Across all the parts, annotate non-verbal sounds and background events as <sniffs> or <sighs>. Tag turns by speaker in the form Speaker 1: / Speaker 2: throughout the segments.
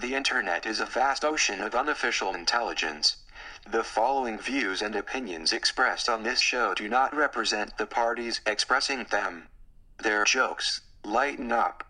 Speaker 1: The internet is a vast ocean of unofficial intelligence. The following views and opinions expressed on this show do not represent the parties expressing them. They're jokes. Lighten up.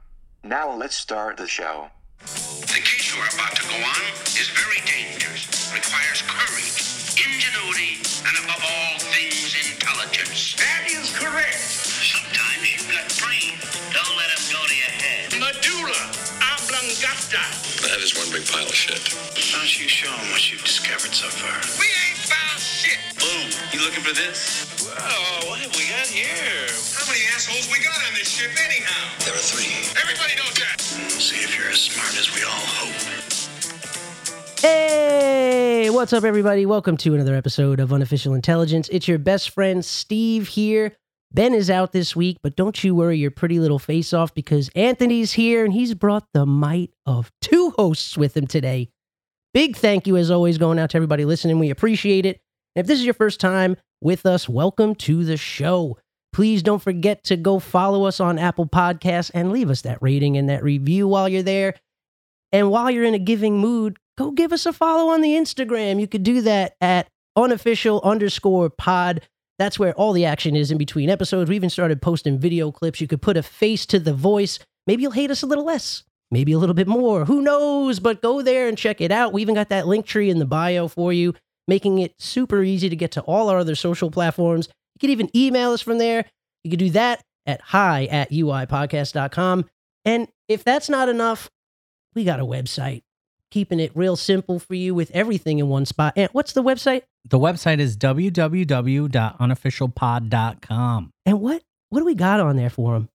Speaker 1: Now let's start the show.
Speaker 2: The case you are about to go on is very dangerous, requires courage, ingenuity, and above all things, intelligence. That is correct. Sometimes you've got brains. Don't let them go to your head. Medulla oblongata.
Speaker 3: That is one big pile of shit.
Speaker 2: Why don't you show them what you've discovered so far? We ain't found shit.
Speaker 3: Boom! You looking for this? Whoa, what have we got here?
Speaker 2: How many assholes we got on this ship anyhow?
Speaker 3: There are three.
Speaker 2: Everybody knows that. Hmm, See if you're as smart as we all hope.
Speaker 4: Hey, what's up, everybody? Welcome to another episode of Unofficial Intelligence. It's your best friend Steve here. Ben is out this week, but don't you worry your pretty little face off because Anthony's here and he's brought the might of two hosts with him today. Big thank you, as always, going out to everybody listening. We appreciate it. And if this is your first time with us, welcome to the show. Please don't forget to go follow us on Apple Podcasts and leave us that rating and that review while you're there. And while you're in a giving mood, go give us a follow on the Instagram. You could do that at unofficial underscore pod. That's where all the action is in between episodes. We even started posting video clips. You could put a face to the voice. Maybe you'll hate us a little less, maybe a little bit more. Who knows? But go there and check it out. We even got that link tree in the bio for you, making it super easy to get to all our other social platforms. You could even email us from there. You could do that at hi at uipodcast.com. And if that's not enough, we got a website keeping it real simple for you with everything in one spot. And what's the website?
Speaker 5: The website is www.unofficialpod.com.
Speaker 4: And what what do we got on there for Hmm, them?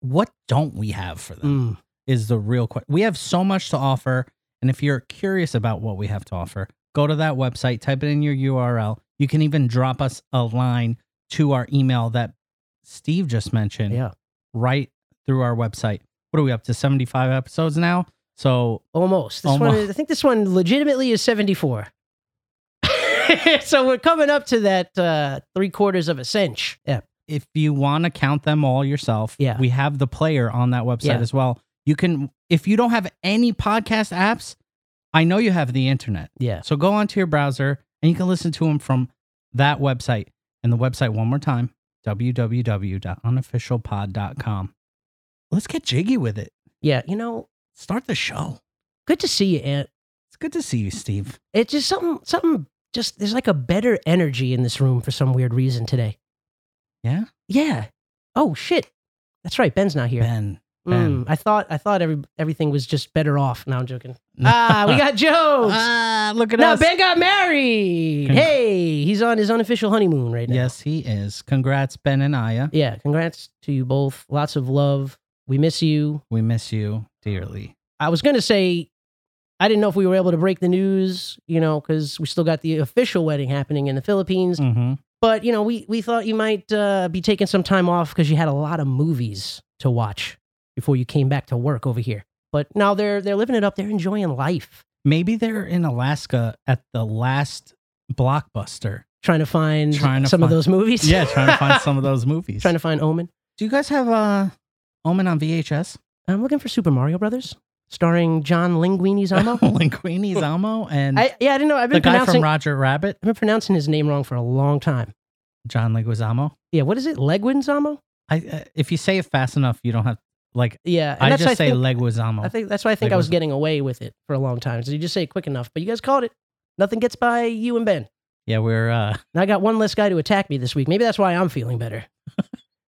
Speaker 5: What don't we have for
Speaker 4: Mm.
Speaker 5: them is the real question. We have so much to offer. And if you're curious about what we have to offer, go to that website, type it in your URL. You can even drop us a line to our email that Steve just mentioned
Speaker 4: yeah,
Speaker 5: right through our website. What are we up to? 75 episodes now. So
Speaker 4: almost. This one,
Speaker 5: Almost.
Speaker 4: is- I think this one legitimately is seventy four. <laughs> so we're coming up to that uh, three quarters of a cinch. Yeah,
Speaker 5: if you want to count them all yourself,
Speaker 4: Yeah.
Speaker 5: we have the player on that website
Speaker 4: Yeah.
Speaker 5: as well. You can, if you don't have any podcast apps, I know you have the internet.
Speaker 4: yeah.
Speaker 5: So go onto your browser and you can listen to them from that website. And the website, one more time, www.unofficialpod.com. Let's get jiggy with it.
Speaker 4: Yeah, you know,
Speaker 5: Start the show.
Speaker 4: good to see you, Ant.
Speaker 5: It's good to see you, Steve.
Speaker 4: It's just something, something. Just there's like a better energy in this room for some weird reason today.
Speaker 5: Yeah?
Speaker 4: Yeah. Oh shit. That's right. Ben's not here.
Speaker 5: Ben.
Speaker 4: Mm, I thought I thought every, everything was just better off. Now I'm joking. Ah, we got jokes.
Speaker 5: Ah, look at
Speaker 4: no,
Speaker 5: us.
Speaker 4: Ben got married.
Speaker 5: Congr-
Speaker 4: Hey, he's on his unofficial honeymoon right now.
Speaker 5: Yes, he is. Congrats, Ben and Aya.
Speaker 4: Yeah. Congrats to you both. Lots of love. We miss you.
Speaker 5: We miss you dearly.
Speaker 4: I was gonna say, I didn't know if we were able to break the news, you know, because we still got the official wedding happening in the Philippines.
Speaker 5: Mm-hmm.
Speaker 4: But you know, we we thought you might uh, be taking some time off because you had a lot of movies to watch before you came back to work over here. But now they're they're living it up. They're enjoying life,
Speaker 5: Maybe they're in Alaska at the last
Speaker 4: <laughs>
Speaker 5: blockbuster.
Speaker 4: trying to find
Speaker 5: Trying to
Speaker 4: some of
Speaker 5: find-
Speaker 4: those movies.
Speaker 5: Yeah, trying to
Speaker 4: <laughs>
Speaker 5: find some of those movies.
Speaker 4: trying to find Omen.
Speaker 5: Do you guys have uh, Omen on
Speaker 4: <laughs>
Speaker 5: VHS?
Speaker 4: I'm looking for Super Mario Brothers, starring John
Speaker 5: <laughs>
Speaker 4: Linguinizamo.
Speaker 5: Linguini Zamo and
Speaker 4: I, yeah, I didn't know. I've
Speaker 5: the
Speaker 4: been
Speaker 5: guy
Speaker 4: pronouncing
Speaker 5: from Roger Rabbit,
Speaker 4: I've been pronouncing his name wrong for a long time.
Speaker 5: John Leguizamo.
Speaker 4: Yeah, what is it? Leguinzamo?
Speaker 5: I, uh, if you say it fast enough, you don't have like
Speaker 4: Yeah,
Speaker 5: I just say
Speaker 4: think,
Speaker 5: Leguizamo.
Speaker 4: I think that's why I think I was
Speaker 5: Leguizamo.
Speaker 4: getting away with it for a long time. So you just say it quick enough, but you guys called it. Nothing gets by you and Ben.
Speaker 5: yeah, we're uh,
Speaker 4: And I got one less guy to attack me this week. Maybe that's why I'm feeling better.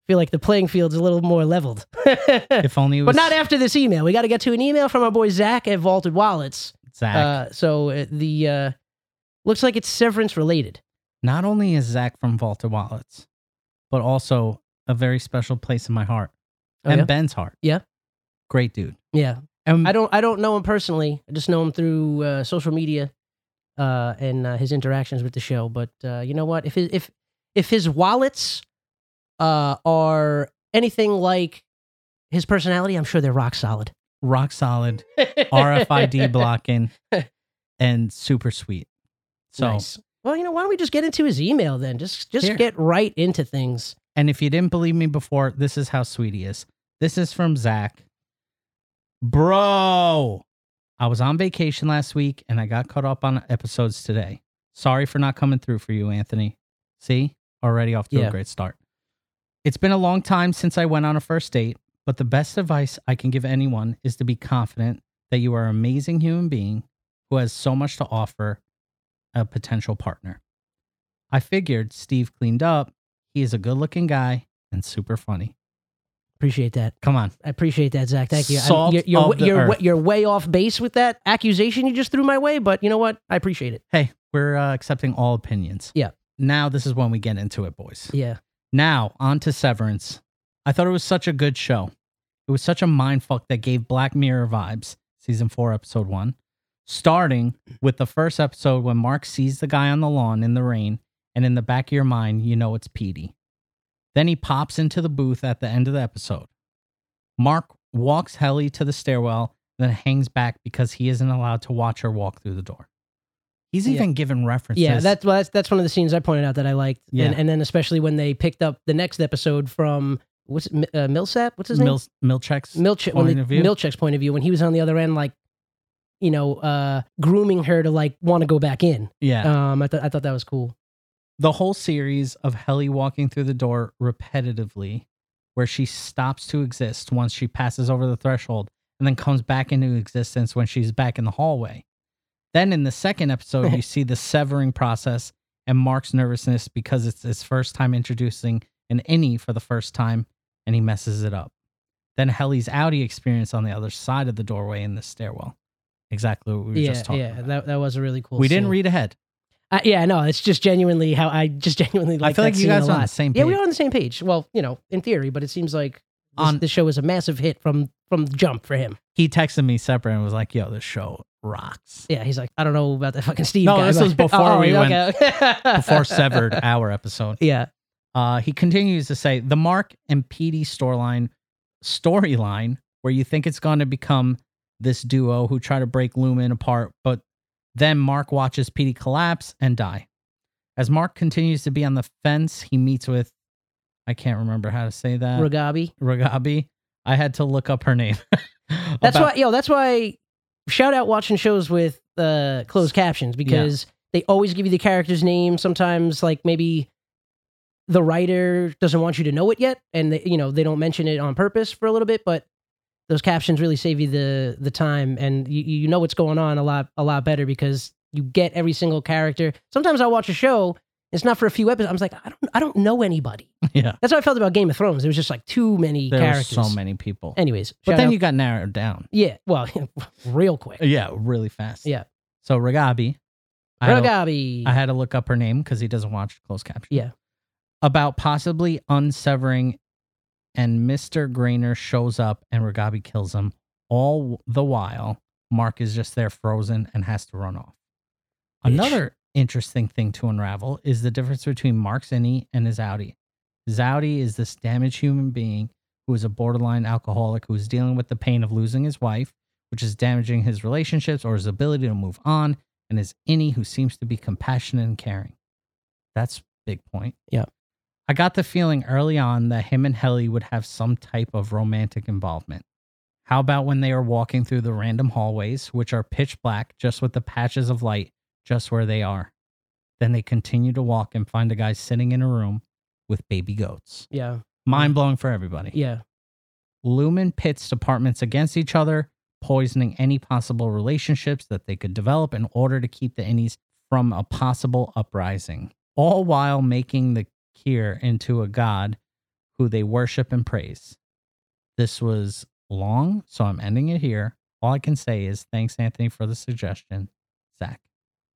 Speaker 4: feel like the playing field's a little more leveled. <laughs> <laughs> but
Speaker 5: if only it was
Speaker 4: not after this email. We got to get to an email from our boy Zach at Vaulted Wallets.
Speaker 5: Zach.
Speaker 4: Uh, so uh, the uh, looks like it's severance related.
Speaker 5: not only is Zach from Vaulted Wallets, but also a very special place in my heart
Speaker 4: Oh,
Speaker 5: and
Speaker 4: yeah?
Speaker 5: Ben's heart.
Speaker 4: Yeah.
Speaker 5: great dude.
Speaker 4: Yeah,
Speaker 5: And
Speaker 4: I don't I don't know him personally. I just know him through uh, social media uh, and uh, his interactions with the show. But uh, you know what? If his, if if his wallets uh, are anything like his personality, I'm sure they're rock solid.
Speaker 5: rock solid
Speaker 4: <laughs>
Speaker 5: RFID blocking and super sweet. So,
Speaker 4: Nice. Well, you know, why don't we just get into his email then? Just just
Speaker 5: Here.
Speaker 4: get right into things.
Speaker 5: and if you didn't believe me before, this is how sweet he is. This is from Zach. Bro, I was on vacation last week and I got caught up on episodes today. Sorry for not coming through for you, Anthony. See, already off to
Speaker 4: Yeah.
Speaker 5: a great start. It's been a long time since I went on a first date, but the best advice I can give anyone is to be confident that you are an amazing human being who has so much to offer a potential partner. I figured Steve cleaned up. He is a good looking guy and super funny.
Speaker 4: Appreciate that.
Speaker 5: Come on.
Speaker 4: I appreciate that, Zach. Thank you. I-
Speaker 5: Salt
Speaker 4: you're, you're,
Speaker 5: of the
Speaker 4: you're,
Speaker 5: earth.
Speaker 4: you're way off base with that accusation you just threw my way, but you know what? I appreciate it.
Speaker 5: Hey, we're uh, accepting all opinions.
Speaker 4: Yeah.
Speaker 5: Now, this is when we get into it, boys.
Speaker 4: Yeah.
Speaker 5: Now, on to Severance. I thought it was such a good show. It was such a mindfuck that gave Black Mirror vibes, season four, episode one. Starting with the first episode when Mark sees the guy on the lawn in the rain, and in the back of your mind, you know it's Petey. Then he pops into the booth at the end of the episode. Mark walks Helly to the stairwell, then hangs back because he isn't allowed to watch her walk through the door. He's
Speaker 4: Yeah.
Speaker 5: even given references.
Speaker 4: Yeah, that's, well, that's that's one of the scenes I pointed out that I liked.
Speaker 5: Yeah.
Speaker 4: And, and then especially when they picked up the next episode from, what's it, Mi- uh, Millsap? What's his name?
Speaker 5: Mil- Milchek's
Speaker 4: Milch- when
Speaker 5: point
Speaker 4: the-
Speaker 5: of view.
Speaker 4: Milchek's point of view. When he was on the other end, like, you know, uh, grooming her to like want to go back in.
Speaker 5: yeah.
Speaker 4: Um, I, th- I thought that was cool.
Speaker 5: the whole series of Helly walking through the door repetitively, where she stops to exist once she passes over the threshold and then comes back into existence when she's back in the hallway. Then in the second episode,
Speaker 4: <laughs>
Speaker 5: you see the severing process and Mark's nervousness because it's his first time introducing an innie for the first time and he messes it up. Then Helly's Audi experience on the other side of the doorway in the stairwell. Exactly what we were
Speaker 4: yeah,
Speaker 5: just talking
Speaker 4: yeah,
Speaker 5: about.
Speaker 4: that that was a really cool.
Speaker 5: we didn't
Speaker 4: scene.
Speaker 5: read ahead.
Speaker 4: I, yeah, no, it's just genuinely how I just <laughs> genuinely like.
Speaker 5: I feel
Speaker 4: that
Speaker 5: like you
Speaker 4: scene
Speaker 5: guys
Speaker 4: a
Speaker 5: are on
Speaker 4: lot.
Speaker 5: the same page.
Speaker 4: Yeah, we are on the same page. Well, you know, in theory, but it seems like this,
Speaker 5: On-
Speaker 4: this show was a massive hit from from jump for him.
Speaker 5: he texted me separate and was like, "Yo, this show rocks."
Speaker 4: Yeah, he's like, I don't know about that fucking Steve.
Speaker 5: No,
Speaker 4: guy,
Speaker 5: this
Speaker 4: but- <laughs>
Speaker 5: was before
Speaker 4: Oh,
Speaker 5: we went-
Speaker 4: okay. <laughs>
Speaker 5: Before severed our episode,
Speaker 4: Yeah,
Speaker 5: uh, he continues to say the Mark and PD storyline storyline where you think it's going to become this duo who try to break Lumen apart, but then Mark watches PD collapse and die. As Mark continues to be on the fence, he meets with I can't remember how to say that
Speaker 4: Ragabi.
Speaker 5: Ragabi. I had to look up her name. <laughs>
Speaker 4: That's
Speaker 5: About-
Speaker 4: why, yo, that's why. Shout out watching shows with uh, closed captions because they always give you the character's name. Sometimes, like maybe the writer doesn't want you to know it yet, and they, you know they don't mention it on purpose for a little bit. But those captions really save you the the time, and you you know what's going on a lot a lot better because you get every single character. Sometimes I watch a show. It's not for a few episodes. I'm just like, I don't, I don't know anybody.
Speaker 5: <laughs> yeah.
Speaker 4: That's how I felt about Game of Thrones. There was just like too many
Speaker 5: There were
Speaker 4: characters.
Speaker 5: so many people.
Speaker 4: Anyways,
Speaker 5: but
Speaker 4: shout
Speaker 5: then
Speaker 4: out-
Speaker 5: you got narrowed down.
Speaker 4: yeah, well, <laughs> real quick.
Speaker 5: Uh, Yeah, really fast.
Speaker 4: Yeah.
Speaker 5: So Ragabi. I had to-
Speaker 4: Rogabi.
Speaker 5: I had to look up her name because he doesn't watch closed caption.
Speaker 4: Yeah.
Speaker 5: About possibly unsevering, and Mr. Grainer shows up and Ragabi kills him. All the while, Mark is just there frozen and has to run off.
Speaker 4: Bitch.
Speaker 5: Another interesting thing to unravel is the difference between Mark's innie and his outie. His outie is this damaged human being who is a borderline alcoholic who is dealing with the pain of losing his wife, which is damaging his relationships or his ability to move on, and his innie who seems to be compassionate and caring. That's a big point.
Speaker 4: Yeah.
Speaker 5: I got the feeling early on that him and Helly would have some type of romantic involvement. How about when they are walking through the random hallways, which are pitch black, just with the patches of light just where they are? Then they continue to walk and find a guy sitting in a room with baby goats.
Speaker 4: yeah,
Speaker 5: Mind blowing for everybody.
Speaker 4: yeah,
Speaker 5: Lumen pits departments against each other, poisoning any possible relationships that they could develop in order to keep the Innies from a possible uprising, all while making the Kier into a god who they worship and praise. This was long, so I'm ending it here. All I can say is thanks, Anthony, for the suggestion. Zach,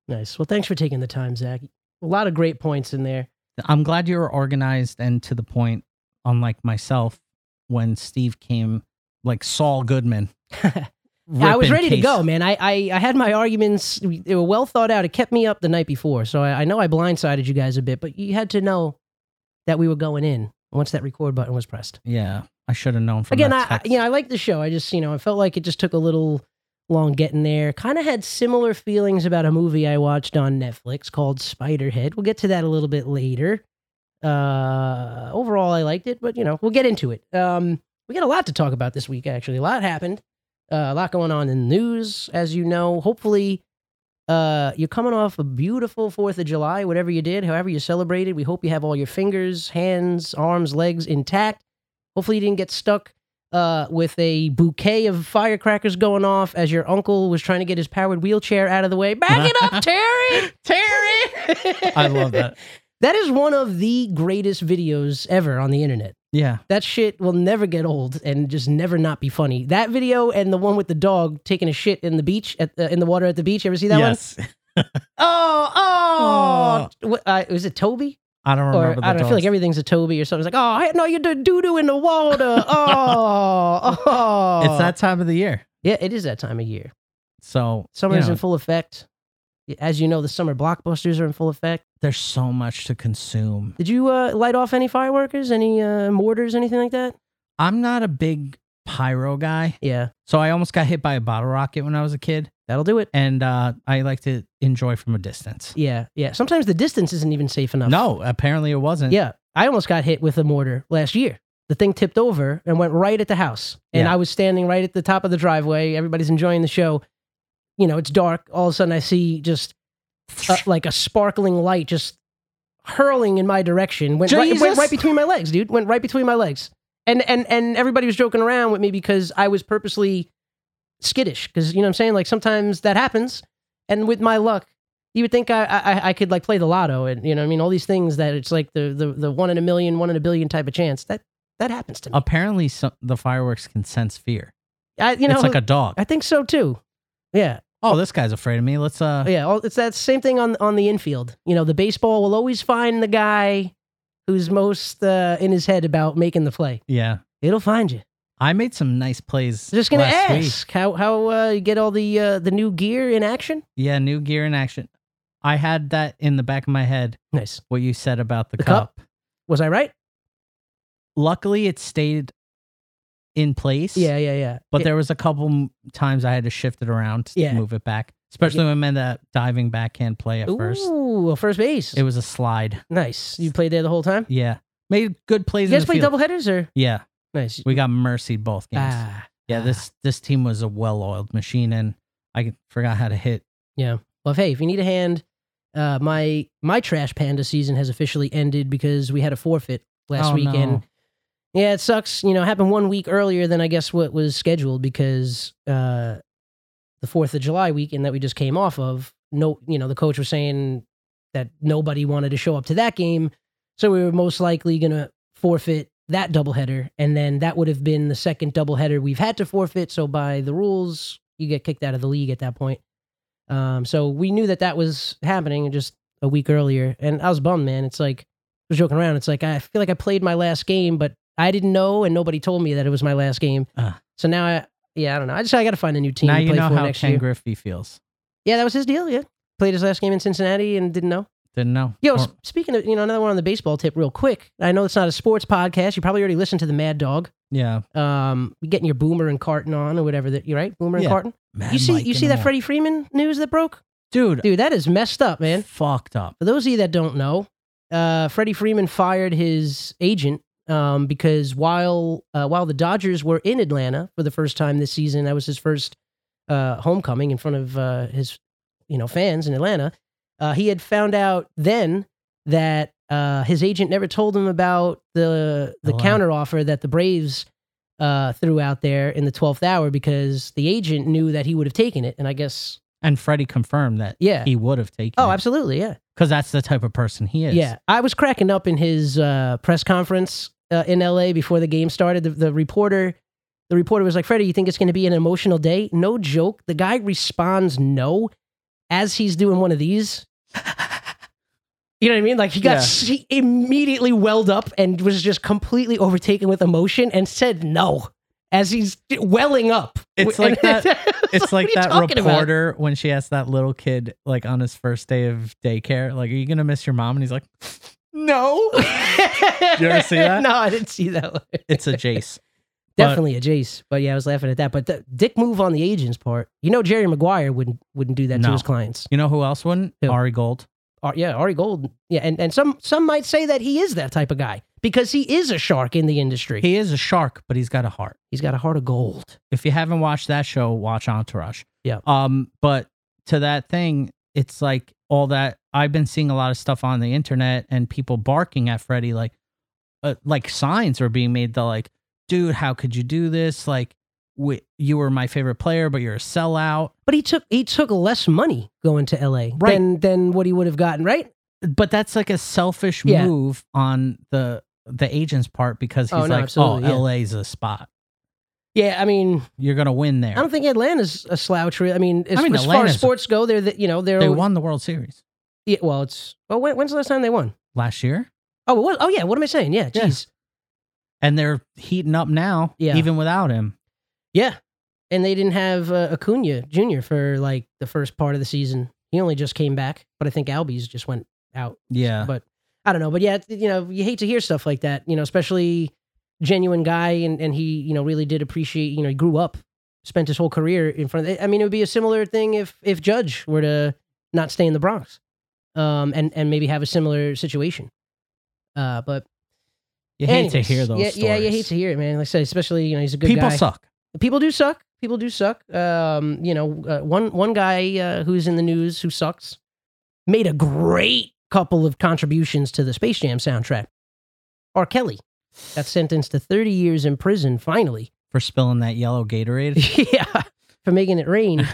Speaker 4: nice. Well, thanks for taking the time, Zach. A lot of great points in there.
Speaker 5: I'm glad you were organized and to the point, unlike myself, when Steve came like Saul Goodman.
Speaker 4: I was
Speaker 5: ripping
Speaker 4: ready to
Speaker 5: case-
Speaker 4: go, man. I, I I had my arguments; they were well thought out. It kept me up the night before, so I, I know I blindsided you guys a bit, but you had to know that we were going in once that record button was pressed.
Speaker 5: Yeah, I should have known from
Speaker 4: Again, I
Speaker 5: that
Speaker 4: I-
Speaker 5: text.
Speaker 4: you know I like the show. I just you know I felt like it just took a little long getting there. Kind of had similar feelings about a movie I watched on Netflix called Spiderhead. We'll get to that a little bit later. Uh, overall, I liked it, but you know we'll get into it. Um, we got a lot to talk about this week. Actually, a lot happened. Uh, a lot going on in the news, as you know. Hopefully, uh, you're coming off a beautiful Fourth of July. Whatever you did, however you celebrated, we hope you have all your fingers, hands, arms, legs intact. Hopefully, you didn't get stuck uh, with a bouquet of firecrackers going off as your uncle was trying to get his powered wheelchair out of the way. Back it up, Terry! <laughs> Terry!
Speaker 5: I love that.
Speaker 4: That is one of the greatest videos ever on the internet.
Speaker 5: Yeah.
Speaker 4: That shit will never get old and just never not be funny. That video and the one with the dog taking a shit in the beach at the, in the water at the beach. Ever see that one?
Speaker 5: yes. <laughs>
Speaker 4: Oh, oh. What, uh, was it Toby?
Speaker 5: I don't
Speaker 4: Or I
Speaker 5: remember
Speaker 4: don't
Speaker 5: the
Speaker 4: know, I feel like
Speaker 5: dogs.
Speaker 4: everything's a Toby or something. It's like, oh, I- no, you did doo doo in
Speaker 5: <laughs>
Speaker 4: the water. Oh, oh.
Speaker 5: It's that time of the year.
Speaker 4: Yeah, it is that time of year.
Speaker 5: So you
Speaker 4: Summer's
Speaker 5: know,
Speaker 4: in full effect. As you know, the summer blockbusters are in full effect.
Speaker 5: there's so much to consume.
Speaker 4: Did you uh, light off any fireworkers, any uh, mortars, anything like that?
Speaker 5: I'm not a big pyro guy.
Speaker 4: Yeah,
Speaker 5: So I almost got hit by a bottle rocket when I was a kid.
Speaker 4: that'll do it.
Speaker 5: And uh, I like to enjoy from a distance.
Speaker 4: Yeah, yeah. Sometimes the distance isn't even safe enough.
Speaker 5: No, apparently it wasn't.
Speaker 4: Yeah, I almost got hit with a mortar last year. The thing tipped over and went right at the house, and
Speaker 5: Yeah.
Speaker 4: I was standing right at the top of the driveway. Everybody's enjoying the show. You know, it's dark. All of a sudden, I see just
Speaker 5: <sniffs>
Speaker 4: uh, like a sparkling light just hurling in my direction. Went right, went
Speaker 5: Jesus.
Speaker 4: right between my legs, dude. Went right between my legs. And and and everybody was joking around with me because I was purposely skittish. Because you know what I'm saying. Like sometimes that happens, and with my luck, you would think I I, I could like play the lotto and you know what I mean all these things that it's like the the the one in a million, one in a billion type of chance that that happens to me.
Speaker 5: Apparently so- the fireworks can sense fear.
Speaker 4: I you know
Speaker 5: it's like a dog.
Speaker 4: I think so too. Yeah,
Speaker 5: oh, this guy's afraid of me. Let's uh
Speaker 4: Oh, yeah, all- it's that same thing on on the infield. You know, the baseball will always find the guy who's most uh, in his head about making the play.
Speaker 5: yeah.
Speaker 4: It'll find you.
Speaker 5: I made some nice plays.
Speaker 4: Just gonna
Speaker 5: last week.
Speaker 4: ask how how uh, you get all the uh, the new gear in action.
Speaker 5: Yeah, new gear in action. I had that in the back of my head
Speaker 4: Nice.
Speaker 5: what you said about the,
Speaker 4: The cup?
Speaker 5: cup.
Speaker 4: Was I right?
Speaker 5: Luckily, it stayed in place.
Speaker 4: Yeah, yeah, yeah.
Speaker 5: But
Speaker 4: Yeah,
Speaker 5: there was a couple m- times I had to shift it around to
Speaker 4: Yeah.
Speaker 5: move it back, especially when I'm in that diving backhand play at first.
Speaker 4: Ooh, well, first base.
Speaker 5: It was a slide.
Speaker 4: nice. You played there the whole time.
Speaker 5: Yeah. Made good plays
Speaker 4: You
Speaker 5: in
Speaker 4: guys
Speaker 5: the
Speaker 4: play
Speaker 5: field.
Speaker 4: double headers or
Speaker 5: yeah.
Speaker 4: nice.
Speaker 5: We got mercied both games.
Speaker 4: Ah,
Speaker 5: yeah,
Speaker 4: ah.
Speaker 5: this this team was a well-oiled machine and I forgot how to hit.
Speaker 4: Well, hey, if you need a hand, uh, my my trash panda season has officially ended because we had a forfeit last
Speaker 5: Oh,
Speaker 4: weekend.
Speaker 5: no.
Speaker 4: Yeah, it sucks. You know, it happened one week earlier than I guess what was scheduled because uh, the Fourth of July weekend that we just came off of. No, you know, the coach was saying that nobody wanted to show up to that game, so we were most likely going to forfeit that doubleheader, and then that would have been the second doubleheader we've had to forfeit. So by the rules, you get kicked out of the league at that point. Um, so we knew that that was happening just a week earlier, and I was bummed, man. It's like I was joking around. It's like I feel like I played my last game, but I didn't know, and nobody told me that it was my last game.
Speaker 5: Ah.
Speaker 4: So now I, yeah, I don't know. I just I got to find a new team.
Speaker 5: now
Speaker 4: to
Speaker 5: you
Speaker 4: play
Speaker 5: know
Speaker 4: for
Speaker 5: how
Speaker 4: next
Speaker 5: Ken
Speaker 4: year.
Speaker 5: Griffey feels.
Speaker 4: Yeah, that was his deal. Yeah, played his last game in Cincinnati and didn't know.
Speaker 5: Didn't know.
Speaker 4: Yo,
Speaker 5: Or-
Speaker 4: s- speaking of you know another one on the baseball tip, real quick. I know it's not a sports podcast. You probably already listened to the Mad Dog.
Speaker 5: yeah.
Speaker 4: Um, getting your Boomer and Carton on or whatever that you right Boomer and
Speaker 5: Yeah.
Speaker 4: Carton.
Speaker 5: Mad
Speaker 4: You see,
Speaker 5: Mike
Speaker 4: you
Speaker 5: in
Speaker 4: see
Speaker 5: the
Speaker 4: that
Speaker 5: mor-
Speaker 4: Freddie Freeman news that broke,
Speaker 5: Dude,
Speaker 4: dude. That is messed up, man.
Speaker 5: fucked up.
Speaker 4: For those of you that don't know, uh, Freddie Freeman fired his agent um, because while uh, while the Dodgers were in Atlanta for the first time this season, that was his first uh, homecoming in front of uh, his you know fans in Atlanta. Uh, he had found out then that uh, his agent never told him about the the
Speaker 5: Oh, wow.
Speaker 4: counter offer that the Braves uh, threw out there in the twelfth hour because the agent knew that he would have taken it, and I guess
Speaker 5: And Freddie confirmed that
Speaker 4: yeah.
Speaker 5: he would have taken
Speaker 4: Oh,
Speaker 5: it.
Speaker 4: absolutely, yeah.
Speaker 5: Because that's the type of person he is.
Speaker 4: Yeah, <laughs> I was cracking up in his uh, press conference uh, in L.A. before the game started. The, the reporter, the reporter was like, "Freddie, you think it's going to be an emotional day?" No joke. The guy responds, "No," as he's doing one of these. <laughs> You know what I mean? Like he got
Speaker 5: Yeah.
Speaker 4: s- he immediately welled up and was just completely overtaken with emotion and said no as he's welling up.
Speaker 5: It's
Speaker 4: And- <laughs>
Speaker 5: like that-
Speaker 4: it's
Speaker 5: It's like
Speaker 4: what are you
Speaker 5: that
Speaker 4: talking about?
Speaker 5: reporter when she asked that little kid, like on his first day of daycare, like, "Are you gonna miss your mom?" And he's like, <laughs>
Speaker 4: <laughs>
Speaker 5: "No."
Speaker 4: you
Speaker 5: ever see that?
Speaker 4: No, I didn't see that. One.
Speaker 5: it's
Speaker 4: <laughs>
Speaker 5: a Jace. But-
Speaker 4: Definitely a Jace. But yeah, I was laughing at that. But the dick move on the agent's part. You know, Jerry Maguire wouldn't wouldn't do that to
Speaker 5: No.
Speaker 4: his clients.
Speaker 5: You know who else wouldn't?
Speaker 4: Who?
Speaker 5: Ari Gold.
Speaker 4: Ar- yeah, Ari Gold. Yeah, and, and some some might say that he is that type of guy because he is a shark in the industry.
Speaker 5: He is a shark, but he's got a heart.
Speaker 4: He's got a heart of gold.
Speaker 5: If you haven't watched that show, watch Entourage.
Speaker 4: Yeah.
Speaker 5: Um, but to that thing, it's like all that I've been seeing a lot of stuff on the internet and people barking at Freddie, like, uh, like signs are being made. They're like, dude, how could you do this? Like, we, you were my favorite player, but you're a sellout.
Speaker 4: But he took he took less money going to LA
Speaker 5: Right.
Speaker 4: than than what he would have gotten, right?
Speaker 5: But that's like a selfish
Speaker 4: Yeah.
Speaker 5: move on the the agent's part because he's
Speaker 4: Oh, no,
Speaker 5: like, oh,
Speaker 4: absolutely, yeah.
Speaker 5: LA's a spot.
Speaker 4: Yeah, I mean,
Speaker 5: You're gonna win there.
Speaker 4: I don't think Atlanta's a slouch. Really. I mean, as,
Speaker 5: I mean,
Speaker 4: as far as
Speaker 5: Atlanta's-
Speaker 4: sports go, they're the, you know they're
Speaker 5: they won the World Series
Speaker 4: Yeah, well, it's well. When, when's the last time they won?
Speaker 5: last year.
Speaker 4: Oh, it was, oh yeah. What am I saying? Yeah,
Speaker 5: Yeah.
Speaker 4: jeez.
Speaker 5: and they're heating up now,
Speaker 4: Yeah.
Speaker 5: even without him.
Speaker 4: Yeah. And they didn't have uh, Acuna Jr. for like the first part of the season. He only just came back, but I think Albies just went out.
Speaker 5: Yeah.
Speaker 4: But I don't know. But yeah, it's- you know, you hate to hear stuff like that, you know, especially genuine guy. And, and he, you know, really did appreciate, you know, he grew up, spent his whole career in front of, I mean, it would be a similar thing if, if Judge were to not stay in the Bronx um, and, and maybe have a similar situation. Uh, but
Speaker 5: You hate
Speaker 4: anyways,
Speaker 5: to hear those
Speaker 4: yeah,
Speaker 5: stories.
Speaker 4: Yeah, you hate to hear it, man. Like I said, especially, you know, he's a good
Speaker 5: People
Speaker 4: guy
Speaker 5: suck.
Speaker 4: people do suck. People do suck. Um, you know, uh, one one guy uh, who's in the news who sucks made a great couple of contributions to the Space Jam soundtrack. R. Kelly got sentenced to 30 years in prison finally. <laughs>
Speaker 5: For spilling that yellow Gatorade.
Speaker 4: yeah, for making
Speaker 5: <laughs>
Speaker 4: it rain.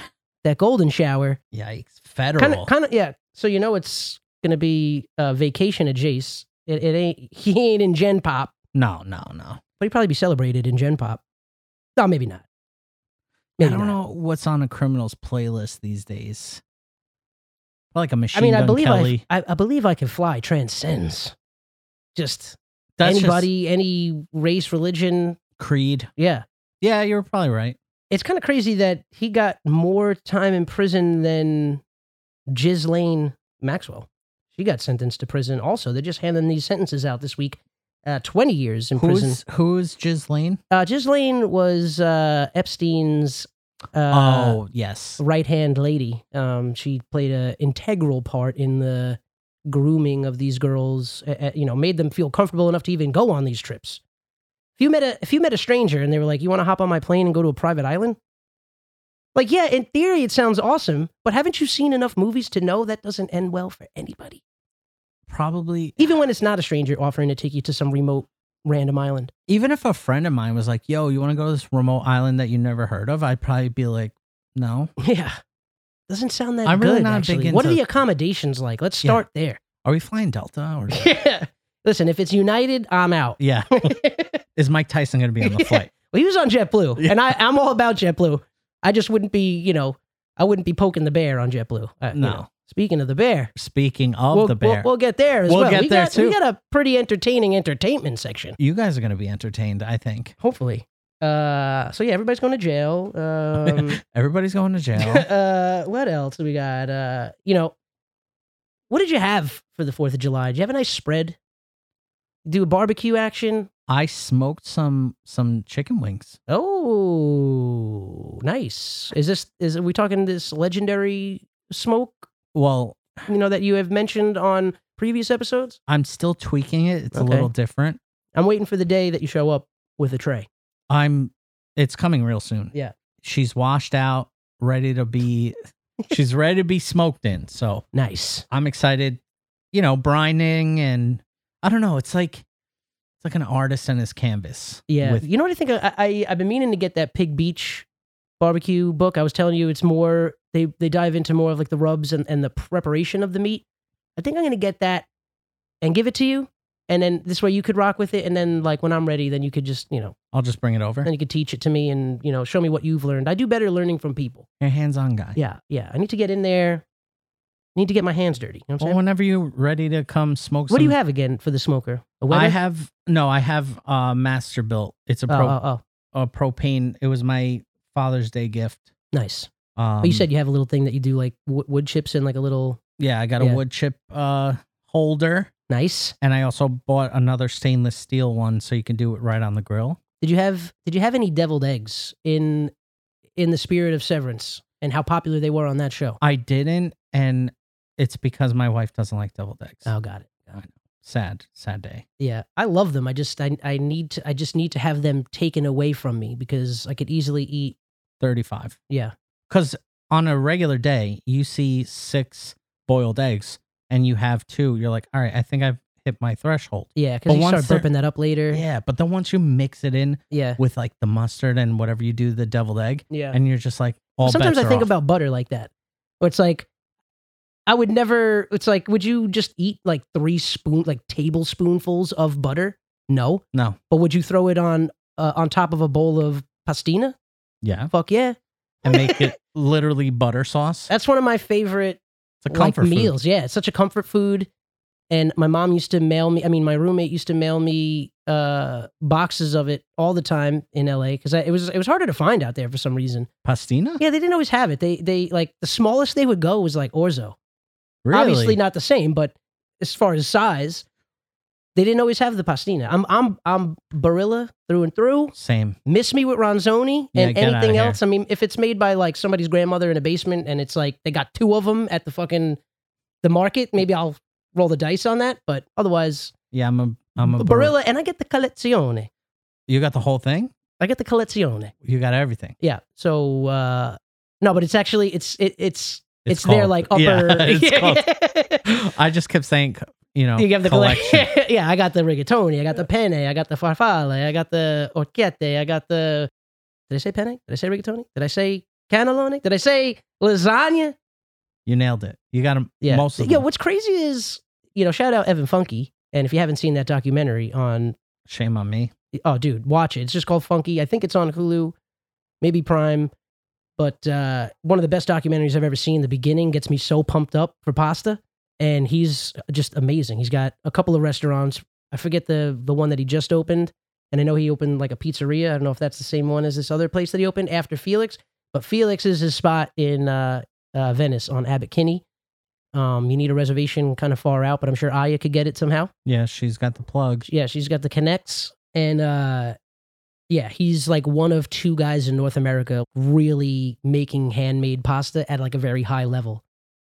Speaker 4: that golden shower.
Speaker 5: Yikes. Federal.
Speaker 4: Kind of, kind of, yeah. So you know it's gonna be uh, vacation at Jace. It, it ain't. <laughs> He ain't in Gen Pop,
Speaker 5: no, no, no.
Speaker 4: but he'd probably be celebrated in Gen Pop. No, maybe not.
Speaker 5: I
Speaker 4: Maybe
Speaker 5: don't
Speaker 4: not.
Speaker 5: know what's on a criminal's playlist these days. Like a machine
Speaker 4: I mean, I
Speaker 5: gun
Speaker 4: believe I,
Speaker 5: Kelly.
Speaker 4: I, I believe I can fly transcends just
Speaker 5: That's just
Speaker 4: anybody, any race, religion.
Speaker 5: Creed.
Speaker 4: Yeah,
Speaker 5: Yeah, you're probably right.
Speaker 4: it's kind of crazy that he got more time in prison than Ghislaine Maxwell. She got sentenced to prison. Also, they're just handing these sentences out this week. Uh, Twenty years in prison.
Speaker 5: Who's who's Ghislaine?
Speaker 4: Uh, Ghislaine was uh, Epstein's. Uh,
Speaker 5: oh, yes.
Speaker 4: right hand lady. Um, she played a integral part in the grooming of these girls. uh, uh, you know, made them feel comfortable enough to even go on these trips. If you met a if you met a stranger and they were like, "You want to hop on my plane and go to a private island?" Like, yeah, in theory it sounds awesome, but haven't you seen enough movies to know that doesn't end well for anybody?
Speaker 5: Probably
Speaker 4: Even when it's not a stranger offering to take you to some remote random island. <laughs>
Speaker 5: even if a friend of mine was like, yo, you want to go to this remote island that you never heard of? I'd probably be like, no.
Speaker 4: Yeah. Doesn't sound that
Speaker 5: I'm
Speaker 4: good.
Speaker 5: really not big
Speaker 4: actually. what are
Speaker 5: into-
Speaker 4: the accommodations like? Let's
Speaker 5: Yeah.
Speaker 4: start there.
Speaker 5: Are we flying Delta
Speaker 4: <laughs>
Speaker 5: or
Speaker 4: Yeah. Listen, if it's United, I'm out.
Speaker 5: Yeah.
Speaker 4: well,
Speaker 5: Is Mike Tyson going to be on the
Speaker 4: Yeah.
Speaker 5: flight?
Speaker 4: he was on JetBlue,
Speaker 5: Yeah.
Speaker 4: and I, I'm all about JetBlue. I just wouldn't be, you know, I wouldn't be poking the bear on JetBlue. Uh, you
Speaker 5: No.
Speaker 4: know. Speaking of the bear,
Speaker 5: Speaking of
Speaker 4: we'll,
Speaker 5: the bear,
Speaker 4: We'll, we'll get there as
Speaker 5: We'll
Speaker 4: well.
Speaker 5: get
Speaker 4: we
Speaker 5: there
Speaker 4: got,
Speaker 5: too.
Speaker 4: We got a pretty entertaining entertainment section,
Speaker 5: you guys are going to be entertained, I think.
Speaker 4: hopefully. Uh, so yeah, everybody's going
Speaker 5: <laughs>
Speaker 4: to jail. Um,
Speaker 5: Everybody's going to jail.
Speaker 4: <laughs> uh, what else do we got? Uh, you know, what did you have for the Fourth of July? Did you have a nice spread? Do a barbecue action?
Speaker 5: I smoked some some chicken wings.
Speaker 4: Oh, nice. Is this is are we talking this legendary smoke?
Speaker 5: Well,
Speaker 4: You know that you have mentioned on previous episodes.
Speaker 5: I'm still tweaking it. It's a
Speaker 4: Okay.
Speaker 5: little different.
Speaker 4: I'm waiting for the day that you show up with a tray.
Speaker 5: I'm it's coming real soon.
Speaker 4: Yeah.
Speaker 5: She's washed out, ready to be she's ready to be smoked in. So,
Speaker 4: Nice.
Speaker 5: I'm excited. You know, brining and I don't know, it's like it's like an artist and his canvas.
Speaker 4: Yeah.
Speaker 5: With,
Speaker 4: you know what I think? I, I I've been meaning to get that Pig Beach barbecue book. I was telling you, it's more they they dive into more of like the rubs and and the preparation of the meat. I think I'm gonna get that and give it to you, and then this way you could rock with it, and then like when I'm ready, then you could just you know
Speaker 5: I'll just bring it over.
Speaker 4: then you could teach it to me and you know show me what you've learned i do better learning from people
Speaker 5: You're a hands-on guy.
Speaker 4: yeah yeah i need to get in there need to get my hands dirty you know what i'm
Speaker 5: Well,
Speaker 4: saying
Speaker 5: whenever you're ready to come smoke
Speaker 4: what
Speaker 5: some
Speaker 4: do you have again for the smoker a weather
Speaker 5: I have no, I have uh master built. It's a
Speaker 4: oh,
Speaker 5: pro,
Speaker 4: oh, oh.
Speaker 5: a propane. It was my Father's Day gift.
Speaker 4: nice
Speaker 5: Um,
Speaker 4: but Oh, you said you have a little thing that you do like w- wood chips in like a little
Speaker 5: yeah. I got
Speaker 4: yeah.
Speaker 5: a wood chip uh holder,
Speaker 4: nice
Speaker 5: and I also bought another stainless steel one, so you can do it right on the grill.
Speaker 4: did you have did you have any deviled eggs in in the spirit of severance and how popular they were on that show
Speaker 5: I didn't, and it's because my wife doesn't like deviled eggs.
Speaker 4: oh got it
Speaker 5: sad, sad day.
Speaker 4: Yeah, I love them. I just I, I need to I just need to have them taken away from me because I could easily eat.
Speaker 5: 35.
Speaker 4: Yeah,
Speaker 5: Because on a regular day, you see six boiled eggs and you have two. You're like, all right, I think I've hit my threshold.
Speaker 4: yeah.
Speaker 5: But
Speaker 4: Because you start
Speaker 5: once they're-
Speaker 4: burping that up later. Yeah,
Speaker 5: Yeah. But then once you mix it in
Speaker 4: yeah.
Speaker 5: with like the mustard and whatever you do, the deviled egg, and you're just like, all
Speaker 4: Sometimes I
Speaker 5: bets are
Speaker 4: think
Speaker 5: off.
Speaker 4: about butter like that. Where it's like, I would never. It's like, would you just eat like three spoon, like tablespoonfuls of butter? No,
Speaker 5: No.
Speaker 4: but would you throw it on uh, on top of a bowl of pastina?
Speaker 5: Yeah.
Speaker 4: Fuck yeah!
Speaker 5: And make
Speaker 4: <laughs>
Speaker 5: it literally butter sauce. It's
Speaker 4: That's one of my favorite
Speaker 5: a
Speaker 4: like
Speaker 5: comfort food.
Speaker 4: meals. Yeah, it's such a comfort food. And my mom used to mail me. I mean, my roommate used to mail me uh, boxes of it all the time in LA because it was it was harder to find out there for some reason.
Speaker 5: Pastina?
Speaker 4: Yeah, they didn't always have it. They they like the smallest they would go was like orzo.
Speaker 5: Really?
Speaker 4: Obviously not the same, but as far as size, they didn't always have the pastina. I'm I'm I'm Barilla through and through.
Speaker 5: Same.
Speaker 4: Miss me with Ronzoni
Speaker 5: Yeah,
Speaker 4: and
Speaker 5: get outta
Speaker 4: anything
Speaker 5: here.
Speaker 4: else. I mean, if it's made by like somebody's grandmother in a basement and it's like they got two of them at the fucking the market, maybe I'll roll the dice on that. But otherwise,
Speaker 5: Yeah, I'm a I'm a
Speaker 4: Barilla,
Speaker 5: Oh, barilla.
Speaker 4: and I get the collezione.
Speaker 5: You got the whole thing?
Speaker 4: I get the collezione.
Speaker 5: You got everything.
Speaker 4: Yeah. So uh no, but it's actually it's it, it's it's,
Speaker 5: called-
Speaker 4: their like upper.
Speaker 5: <laughs> Yeah,
Speaker 4: <laughs>
Speaker 5: it's called- I just kept saying, you know,
Speaker 4: You have the
Speaker 5: collection.
Speaker 4: collection. <laughs> yeah, I got the rigatoni, I got the penne, I got the farfalle, I got the orchette, I got the. Did I say penne? Did I say rigatoni? Did I say cannelloni? Did I say lasagna?
Speaker 5: you nailed it. You got 'em-
Speaker 4: Yeah.
Speaker 5: most of
Speaker 4: yeah.
Speaker 5: them.
Speaker 4: What's crazy is you know shout out Evan Funky, and if you haven't seen that documentary on
Speaker 5: Shame on me.
Speaker 4: oh dude watch it it's just called funky i think it's on hulu maybe prime but uh, one of the best documentaries i've ever seen the beginning gets me so pumped up for pasta and he's just amazing he's got a couple of restaurants i forget the the one that he just opened and i know he opened like a pizzeria i don't know if that's the same one as this other place that he opened after felix but felix is his spot in uh, uh, venice on abbot kinney um, you need a reservation kind of far out but i'm sure aya could get it somehow
Speaker 5: Yeah, she's got the plug.
Speaker 4: yeah, she's got the connects and uh yeah, he's like one of two guys in North America really making handmade pasta at like a very high level.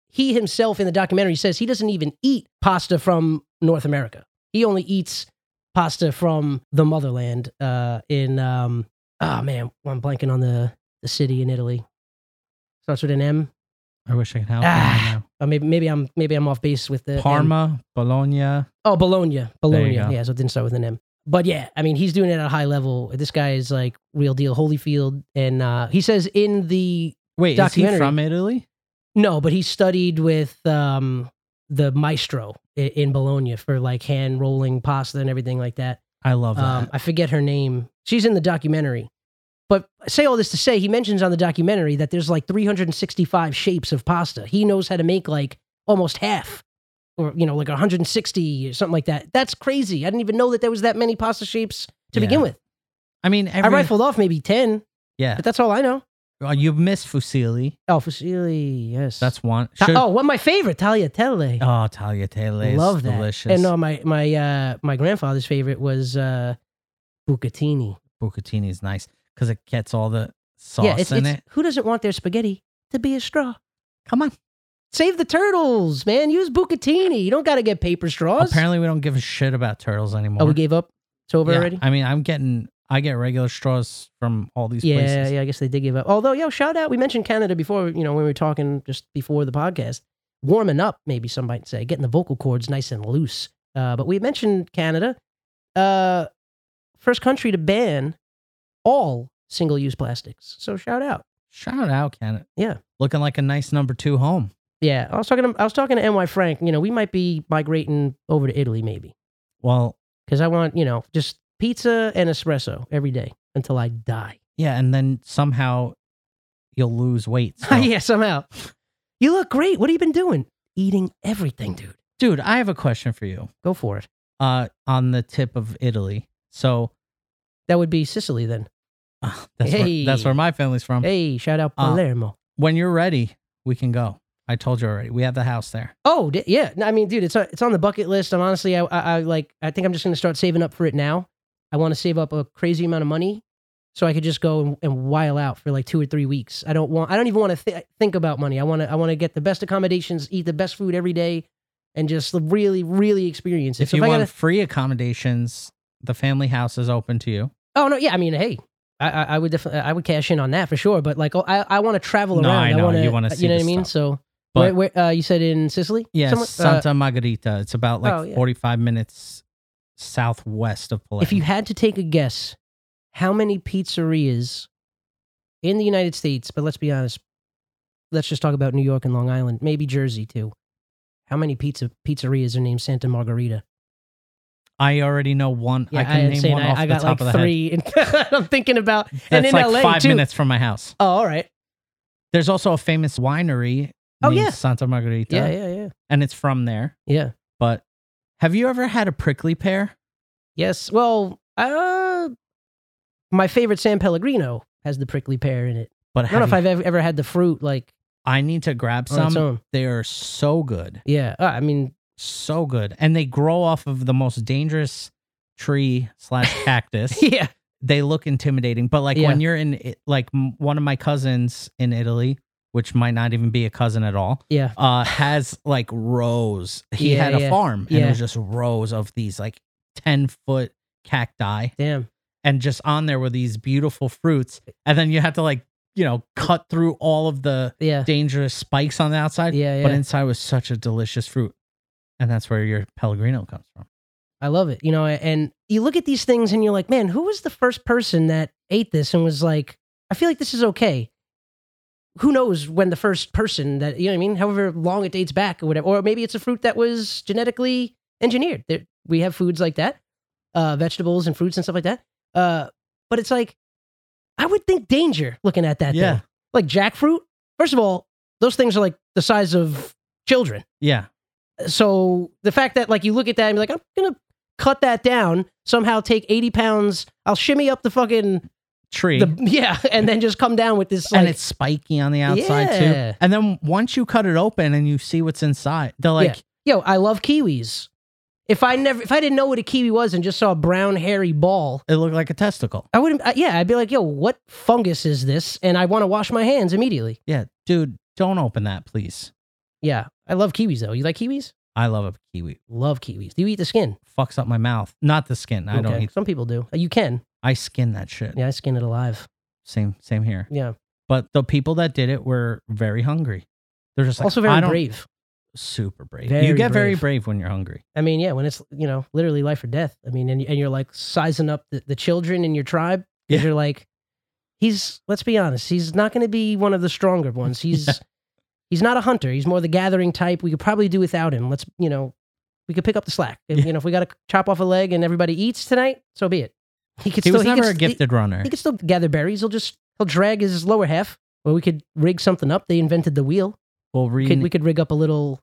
Speaker 4: He himself in the documentary says he doesn't even eat pasta from North America. He only eats pasta from the motherland uh in um oh man, I'm blanking on the the city in Italy. Starts with an M.
Speaker 5: I wish I could help. Ah,
Speaker 4: Ah, Or maybe maybe I'm maybe I'm off base with the M.
Speaker 5: Parma, Bologna.
Speaker 4: Oh, Bologna. Bologna.
Speaker 5: go.
Speaker 4: Yeah, so it didn't start with an M. But yeah, I mean, he's doing it at a high level. This guy is like real deal Holyfield. And uh, he says in the,
Speaker 5: Wait, is he
Speaker 4: Documentary.
Speaker 5: from Italy?
Speaker 4: no, but he studied with um, the maestro i- in Bologna for like hand rolling pasta and everything like that.
Speaker 5: I love that.
Speaker 4: Um, I forget her name. She's in the documentary. But I say all this to say, he mentions on the documentary that there's like 365 shapes of pasta. He knows how to make like almost half, or you know, like 160 or something like that. That's crazy. I didn't even know that there was that many pasta shapes to
Speaker 5: Yeah.
Speaker 4: begin with.
Speaker 5: I mean, every,
Speaker 4: I rifled off maybe 10,
Speaker 5: Yeah,
Speaker 4: but that's all I know.
Speaker 5: Oh, you miss Fusilli.
Speaker 4: Oh, Fusilli, yes.
Speaker 5: That's one.
Speaker 4: Ta-
Speaker 5: Should-
Speaker 4: oh, one of my favorite, Tagliatelle.
Speaker 5: oh, tagliatelle. is
Speaker 4: Love that.
Speaker 5: Delicious.
Speaker 4: And no, my my uh, my grandfather's favorite was uh, bucatini.
Speaker 5: Bucatini is nice because it gets all the sauce
Speaker 4: yeah, it's,
Speaker 5: in
Speaker 4: it's-
Speaker 5: it.
Speaker 4: Who doesn't want their spaghetti to be a straw?
Speaker 5: Come on.
Speaker 4: Save the turtles, man. Use bucatini. You don't got to get paper straws.
Speaker 5: Apparently, we don't give a shit about turtles anymore.
Speaker 4: oh, we gave up. It's over
Speaker 5: Yeah,
Speaker 4: already.
Speaker 5: I mean, I'm getting, I get regular straws from all these
Speaker 4: yeah,
Speaker 5: places.
Speaker 4: yeah. I guess they did give up. Although, yo, shout out. We mentioned Canada before. You know, when we were talking just before the podcast, warming up. Maybe some might say getting the vocal cords nice and loose. Uh, but we mentioned Canada, uh, first country to ban all single-use plastics. So shout out.
Speaker 5: Shout out, Canada.
Speaker 4: Yeah.
Speaker 5: Looking like a nice number two home.
Speaker 4: Yeah, I was talking. To, I was talking to NY Frank. You know, we might be migrating over to Italy, maybe.
Speaker 5: Well,
Speaker 4: because I want, you know, just pizza and espresso every day until I die.
Speaker 5: yeah. And then somehow you'll lose
Speaker 4: <laughs>
Speaker 5: weight. so-
Speaker 4: yeah, somehow. You look great. What have you been doing? Eating everything, dude.
Speaker 5: Dude, I have a question for you
Speaker 4: Go for it.
Speaker 5: uh, on the tip of Italy. So
Speaker 4: That would be Sicily then.
Speaker 5: uh, that's, where, that's
Speaker 4: Hey.
Speaker 5: where my family's from.
Speaker 4: Hey, shout out
Speaker 5: Uh,
Speaker 4: Palermo.
Speaker 5: When you're ready, we can go. I told you already. We have the house there.
Speaker 4: oh, d- yeah. No, I mean, dude, it's on- it's on the bucket list. I'm honestly, I, I, I like, I think I'm just gonna start saving up for it now. I want to save up a crazy amount of money so I could just go and, and while out for like two or three weeks. I don't want, I don't even want to th- think about money. I want to, I want to get the best accommodations, eat the best food every day, and just really, really experience it.
Speaker 5: If
Speaker 4: So
Speaker 5: you
Speaker 4: I
Speaker 5: want
Speaker 4: gotta-
Speaker 5: free accommodations, the family house is open to you.
Speaker 4: oh no, yeah, I mean, hey. I, I, I would definitely, I would cash in on that for sure. But like, oh, I, I want to travel
Speaker 5: No,
Speaker 4: around.
Speaker 5: I know.
Speaker 4: want to,
Speaker 5: You wanna see
Speaker 4: you know
Speaker 5: the
Speaker 4: what I mean?
Speaker 5: stuff.
Speaker 4: So,
Speaker 5: But-
Speaker 4: where, where, uh, you said in Sicily?
Speaker 5: Yes,
Speaker 4: Somewhere? Uh,
Speaker 5: Santa Margherita. It's about like
Speaker 4: oh, yeah.
Speaker 5: 45 minutes southwest of Palermo.
Speaker 4: If you had to take a guess, how many pizzerias in the United States, but let's be honest, let's just talk about New York and Long Island, maybe Jersey too. How many pizza pizzerias are named Santa Margarita?
Speaker 5: I already know one. I
Speaker 4: Yeah,
Speaker 5: can
Speaker 4: I,
Speaker 5: name
Speaker 4: saying,
Speaker 5: one
Speaker 4: I,
Speaker 5: off
Speaker 4: I
Speaker 5: the
Speaker 4: got
Speaker 5: top
Speaker 4: like
Speaker 5: of the head.
Speaker 4: three. <laughs> And I'm thinking about and
Speaker 5: That's
Speaker 4: in
Speaker 5: like
Speaker 4: LA
Speaker 5: five
Speaker 4: too.
Speaker 5: minutes from my house.
Speaker 4: Oh, all right.
Speaker 5: There's also a famous winery.
Speaker 4: Oh,
Speaker 5: named
Speaker 4: yeah.
Speaker 5: Santa Margherita.
Speaker 4: Yeah, yeah, yeah,
Speaker 5: And it's from there.
Speaker 4: yeah.
Speaker 5: But have you ever had a prickly pear?
Speaker 4: Yes. Well, uh, my favorite San Pellegrino has the prickly pear in it.
Speaker 5: But
Speaker 4: I don't
Speaker 5: have
Speaker 4: know if
Speaker 5: you-
Speaker 4: I've Oh, ever, ever had the fruit like
Speaker 5: I need to grab
Speaker 4: on its
Speaker 5: some.
Speaker 4: own.
Speaker 5: They are so good.
Speaker 4: Yeah. Uh, I mean,
Speaker 5: So good. And they grow off of the most dangerous tree
Speaker 4: <laughs>
Speaker 5: slash cactus.
Speaker 4: <laughs> yeah.
Speaker 5: they look intimidating. But like
Speaker 4: Yeah.
Speaker 5: when you're in, it- like m- one of my cousins in Italy, which might not even be a cousin at all,
Speaker 4: Yeah.
Speaker 5: uh, has like rows. He
Speaker 4: Yeah,
Speaker 5: had a
Speaker 4: yeah.
Speaker 5: farm and it
Speaker 4: Yeah.
Speaker 5: was just rows of these like 10 foot cacti.
Speaker 4: Damn.
Speaker 5: And just on there were these beautiful fruits. And then you had to like, you know, cut through all of the
Speaker 4: Yeah.
Speaker 5: dangerous spikes on the outside.
Speaker 4: Yeah,
Speaker 5: But
Speaker 4: yeah.
Speaker 5: inside was such a delicious fruit. And that's where your Pellegrino comes from.
Speaker 4: I love it. You know, and you look at these things and you're like, man, who was the first person that ate this and was like, I feel like this is okay. Who knows when the first person that, you know what I mean? However long it dates back or whatever. Or maybe it's a fruit that was genetically engineered. There, we have foods like that, uh, vegetables and fruits and stuff like that. Uh, but it's like, I would think danger looking at that.
Speaker 5: Yeah.
Speaker 4: Thing. Like jackfruit. First of all, those things are like the size of children.
Speaker 5: Yeah.
Speaker 4: So the fact that like you look at that and be like, I'm gonna cut that down, somehow take 80 pounds, I'll shimmy up the fucking
Speaker 5: Tree.
Speaker 4: the, <laughs> yeah, and then just come down with this like
Speaker 5: and it's spiky on the outside
Speaker 4: Yeah.
Speaker 5: too. And then once you cut it open and you see what's inside, they're like,
Speaker 4: yo, I love kiwis. If I never if I didn't know what a kiwi was and just saw a brown hairy ball,
Speaker 5: it looked like a testicle.
Speaker 4: I wouldn't uh, yeah, I'd be like, yo, what fungus is this? And I want to wash my hands immediately.
Speaker 5: Yeah, dude, don't open that, please.
Speaker 4: Yeah. I love kiwis though. You like kiwis?
Speaker 5: I love a kiwi.
Speaker 4: Love kiwis. Do you eat the skin?
Speaker 5: Fucks up my mouth. Not the skin. I don't
Speaker 4: Okay.
Speaker 5: eat.
Speaker 4: Some people do. Uh, You can.
Speaker 5: I skin that shit.
Speaker 4: Yeah, I skin it alive.
Speaker 5: Same, same here.
Speaker 4: Yeah.
Speaker 5: But the people that did it were very hungry. They're just like,
Speaker 4: also
Speaker 5: I
Speaker 4: very
Speaker 5: don't-
Speaker 4: brave.
Speaker 5: Super brave.
Speaker 4: Very
Speaker 5: you get very
Speaker 4: brave.
Speaker 5: brave when you're hungry.
Speaker 4: I mean, yeah, when it's you know literally life or death. I mean, and and you're like sizing up the, the children in your tribe because
Speaker 5: Yeah.
Speaker 4: you're like, he's let's be honest, he's not going to be one of the
Speaker 5: <laughs>
Speaker 4: stronger ones. He's he's not a hunter. He's more the gathering type. We could probably do without him. Let's you know, we could pick up the slack. If,
Speaker 5: Yeah.
Speaker 4: You know, if we got to chop off a leg and everybody eats tonight, so be it. He could
Speaker 5: He
Speaker 4: still
Speaker 5: was
Speaker 4: he
Speaker 5: never
Speaker 4: could
Speaker 5: a
Speaker 4: st- he-
Speaker 5: gifted runner.
Speaker 4: he could still gather berries. He'll just he'll drag his lower half. Or we could rig something up. They invented the wheel.
Speaker 5: We'll read
Speaker 4: Could, we could rig up a little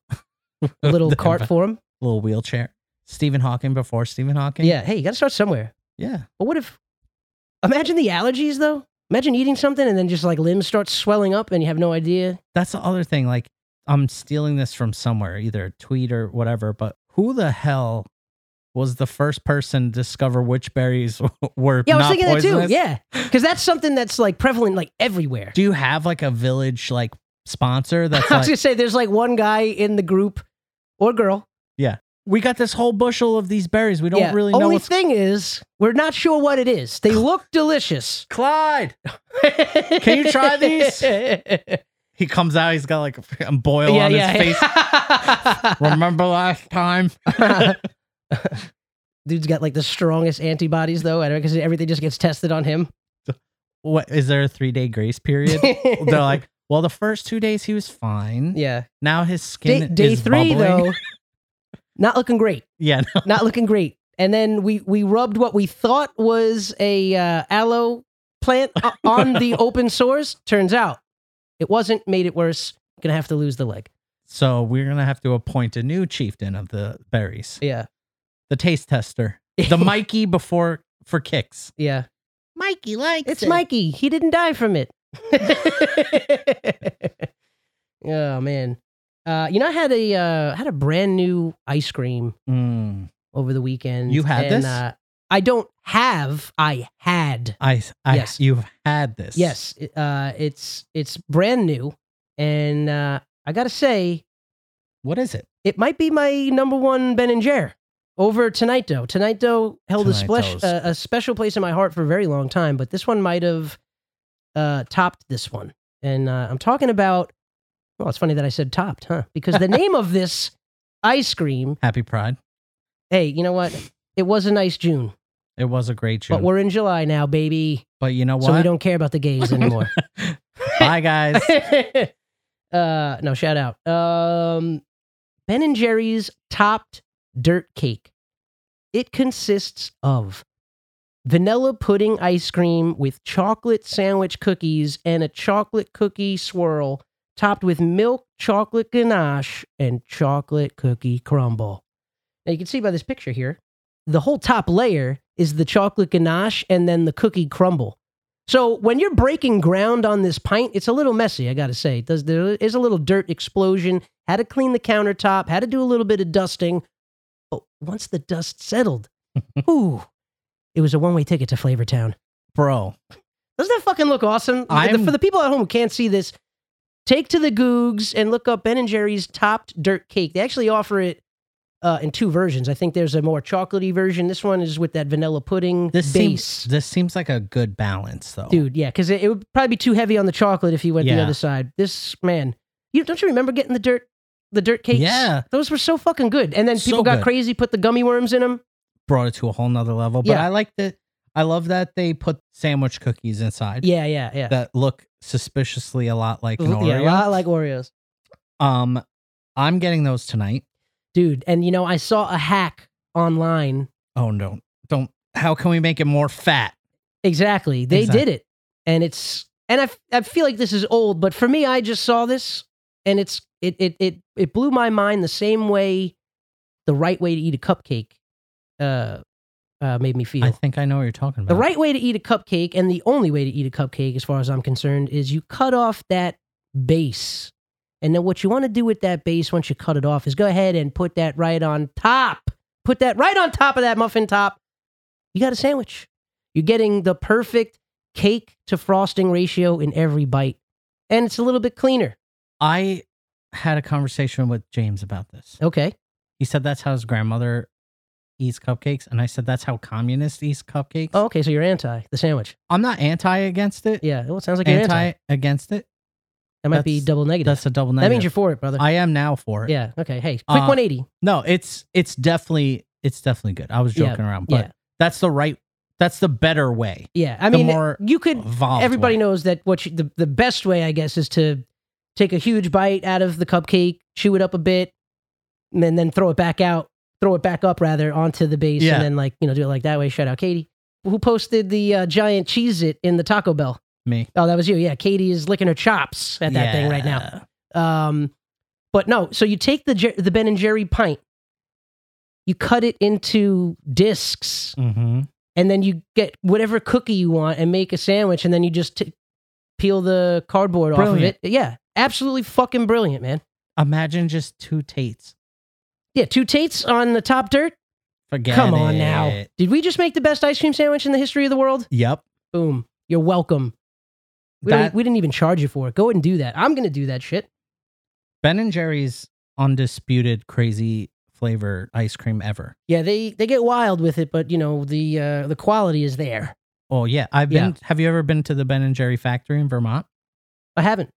Speaker 4: a
Speaker 5: <laughs>
Speaker 4: little cart for him.
Speaker 5: little wheelchair. Stephen Hawking before Stephen Hawking.
Speaker 4: Yeah. Hey, you got to start somewhere.
Speaker 5: Yeah.
Speaker 4: But what if? Imagine the allergies though. Imagine eating something and then just like limbs start swelling up and you have no idea.
Speaker 5: That's the other thing. Like, I'm stealing this from somewhere, either a tweet or whatever, but who the hell was the first person to discover which berries <laughs> were
Speaker 4: Yeah, I was
Speaker 5: not
Speaker 4: thinking that
Speaker 5: poisonous?
Speaker 4: too. Yeah, because that's something that's like prevalent like <laughs> everywhere.
Speaker 5: Do you have like a village like sponsor that's
Speaker 4: <laughs> I was gonna
Speaker 5: like,
Speaker 4: say there's like one guy in the group or girl.
Speaker 5: we got this whole bushel of these berries. We don't
Speaker 4: yeah. Oh,
Speaker 5: really know
Speaker 4: Only
Speaker 5: what's
Speaker 4: thing is, we're not sure what it is.
Speaker 5: <laughs>
Speaker 4: They look delicious.
Speaker 5: Clyde.
Speaker 4: Can
Speaker 5: you try
Speaker 4: <laughs>
Speaker 5: these?
Speaker 4: yeah,
Speaker 5: He comes out, he's got like a boil on his face.
Speaker 4: <laughs> yeah.
Speaker 5: Remember last time?
Speaker 4: <laughs> Dude's got like the strongest antibodies though, I don't because everything just gets tested on him. <laughs>
Speaker 5: What is there a three day grace period? They're like, well, the first two days he was fine.
Speaker 4: yeah.
Speaker 5: Now his skin
Speaker 4: day, day
Speaker 5: is
Speaker 4: three
Speaker 5: bubbling.
Speaker 4: though not looking great
Speaker 5: <laughs> Yeah, no,
Speaker 4: not looking great and then we we rubbed what we thought was a uh, aloe plant
Speaker 5: <laughs>
Speaker 4: o- on the open source turns out it wasn't made it worse gonna have to lose the leg
Speaker 5: So we're gonna have to appoint a new chieftain of the berries,
Speaker 4: yeah
Speaker 5: the taste tester,
Speaker 4: <laughs>
Speaker 5: the Mikey before for kicks.
Speaker 4: yeah
Speaker 5: Mikey likes
Speaker 4: it's mikey he didn't die from it <laughs> oh man uh, you know i had a uh, had a brand new ice cream
Speaker 5: Mm,
Speaker 4: over the weekend
Speaker 5: You had
Speaker 4: and,
Speaker 5: this?
Speaker 4: uh, i don't have i had
Speaker 5: I, I,
Speaker 4: Yes.
Speaker 5: you've had this.
Speaker 4: Yes, it- uh, it's it's brand new, and uh, I gotta say,
Speaker 5: What is it?
Speaker 4: It might be my number one Ben and Jer over Tonight Dough. Tonight Dough held a, splash,
Speaker 5: Tonight's.
Speaker 4: uh, a special place in my heart for a very long time, but this one might have uh, topped this one. And uh, I'm talking about, well, it's funny that I said topped, huh? Because the name of this ice cream,
Speaker 5: Happy Pride.
Speaker 4: hey, you know what? It was a nice June,
Speaker 5: It was a great show.
Speaker 4: but we're in July now, baby.
Speaker 5: But you know what?
Speaker 4: So we don't care about the gays anymore.
Speaker 5: Bye,
Speaker 4: <laughs>
Speaker 5: guys.
Speaker 4: uh, no, shout out. Um, ben and Jerry's topped dirt cake. It consists of vanilla pudding ice cream with chocolate sandwich cookies and a chocolate cookie swirl, topped with milk chocolate ganache and chocolate cookie crumble. Now you can see by this picture here, the whole top layer is the chocolate ganache and then the cookie crumble. So when you're breaking ground on this pint, it's a little messy, I gotta say. Does there is a little dirt explosion, had to clean the countertop, had to do a little bit of dusting. But once the
Speaker 5: <laughs>
Speaker 4: dust settled, ooh, it was a one-way ticket to Flavortown.
Speaker 5: Bro,
Speaker 4: Doesn't that fucking look awesome?
Speaker 5: I'm-
Speaker 4: For the people at home who can't see this, take to the Googs and look up Ben and Jerry's topped dirt cake. They actually offer it uh, in two versions. I think there's a more chocolatey version. This one is with that vanilla pudding
Speaker 5: this
Speaker 4: base.
Speaker 5: seems this seems like a good balance though.
Speaker 4: Dude, yeah, because it, it would probably be too heavy on the chocolate if you went the
Speaker 5: Oh. Yeah.
Speaker 4: other side. This man, you don't you remember getting the dirt, the dirt cakes?
Speaker 5: Yeah.
Speaker 4: those were so fucking good. And then
Speaker 5: So
Speaker 4: people got
Speaker 5: good.
Speaker 4: crazy, put the gummy worms in them.
Speaker 5: Brought it to a whole nother level. But
Speaker 4: Yeah.
Speaker 5: I like that I love that they put sandwich cookies inside
Speaker 4: Yeah, yeah, yeah.
Speaker 5: that look suspiciously a lot like an Oreo.
Speaker 4: yeah, a lot like Oreos,
Speaker 5: um I'm getting those tonight.
Speaker 4: dude. And you know, I saw a hack online.
Speaker 5: Oh no. Don't how can we make it more fat?
Speaker 4: Exactly, they
Speaker 5: Exact-
Speaker 4: did it, and it's and I, f- I feel like this is old, but for me, I just saw this, and it's it it it it blew my mind the same way, the right way to eat a cupcake, uh, uh made me feel.
Speaker 5: I think I know what you're talking about.
Speaker 4: The right way to eat a cupcake, and the only way to eat a cupcake, as far as I'm concerned, is you cut off that base. And then what you want to do with that base once you cut it off is go ahead and put that right on top. Put that right on top of that muffin top. You got a sandwich. You're getting the perfect cake to frosting ratio in every bite. And it's a little bit cleaner.
Speaker 5: I had a conversation with James about this.
Speaker 4: Okay.
Speaker 5: He said that's how his grandmother eats cupcakes, and I said that's how communists eat cupcakes.
Speaker 4: Oh, okay. So you're anti the sandwich.
Speaker 5: I'm not anti against it.
Speaker 4: Yeah. Well, it sounds like you're anti.
Speaker 5: anti, against it.
Speaker 4: That might be
Speaker 5: that's-
Speaker 4: double negative.
Speaker 5: That's a double
Speaker 4: that
Speaker 5: negative.
Speaker 4: means you're for it, brother.
Speaker 5: I am now for it.
Speaker 4: yeah. Okay. Hey, quick
Speaker 5: Uh,
Speaker 4: 180.
Speaker 5: No, it's it's definitely it's definitely good. I was
Speaker 4: Yeah,
Speaker 5: joking around, but
Speaker 4: yeah.
Speaker 5: that's the right. That's the better way.
Speaker 4: Yeah, I
Speaker 5: The
Speaker 4: mean,
Speaker 5: more
Speaker 4: you could.
Speaker 5: Evolved
Speaker 4: Everybody
Speaker 5: way.
Speaker 4: knows that what you, the the best way, I guess, is to take a huge bite out of the cupcake, chew it up a bit, and then, then throw it back out, throw it back up rather onto the base,
Speaker 5: Yeah.
Speaker 4: and then like you know do it like that way. Shout out Katie, who posted the uh, giant cheese it in the Taco Bell.
Speaker 5: me.
Speaker 4: Oh, that was you. Yeah, Katie is licking her chops at that thing right now.
Speaker 5: Yeah.
Speaker 4: Um, but no, so you take the Jer- the Ben and Jerry pint, you cut it into discs
Speaker 5: Mhm.
Speaker 4: and then you get whatever cookie you want and make a sandwich and then you just t- peel the cardboard
Speaker 5: Brilliant.
Speaker 4: off of it. Yeah, absolutely fucking brilliant, man.
Speaker 5: Imagine just two Tates.
Speaker 4: Yeah, two Tates on the top dirt.
Speaker 5: Forget
Speaker 4: Come on now.
Speaker 5: it.
Speaker 4: Did we just make the best ice cream sandwich in the history of the world?
Speaker 5: Yep.
Speaker 4: Boom. You're welcome. We, don't- e-,
Speaker 5: That-
Speaker 4: we didn't even charge you for it. Go and do that. I'm going to do that shit.
Speaker 5: Ben and Jerry's undisputed crazy flavor ice cream ever.
Speaker 4: Yeah, they, they get wild with it, but you know, the uh, the quality is there.
Speaker 5: Oh yeah, I've been. Have you ever been to the Ben and Jerry factory in Vermont?
Speaker 4: I haven't.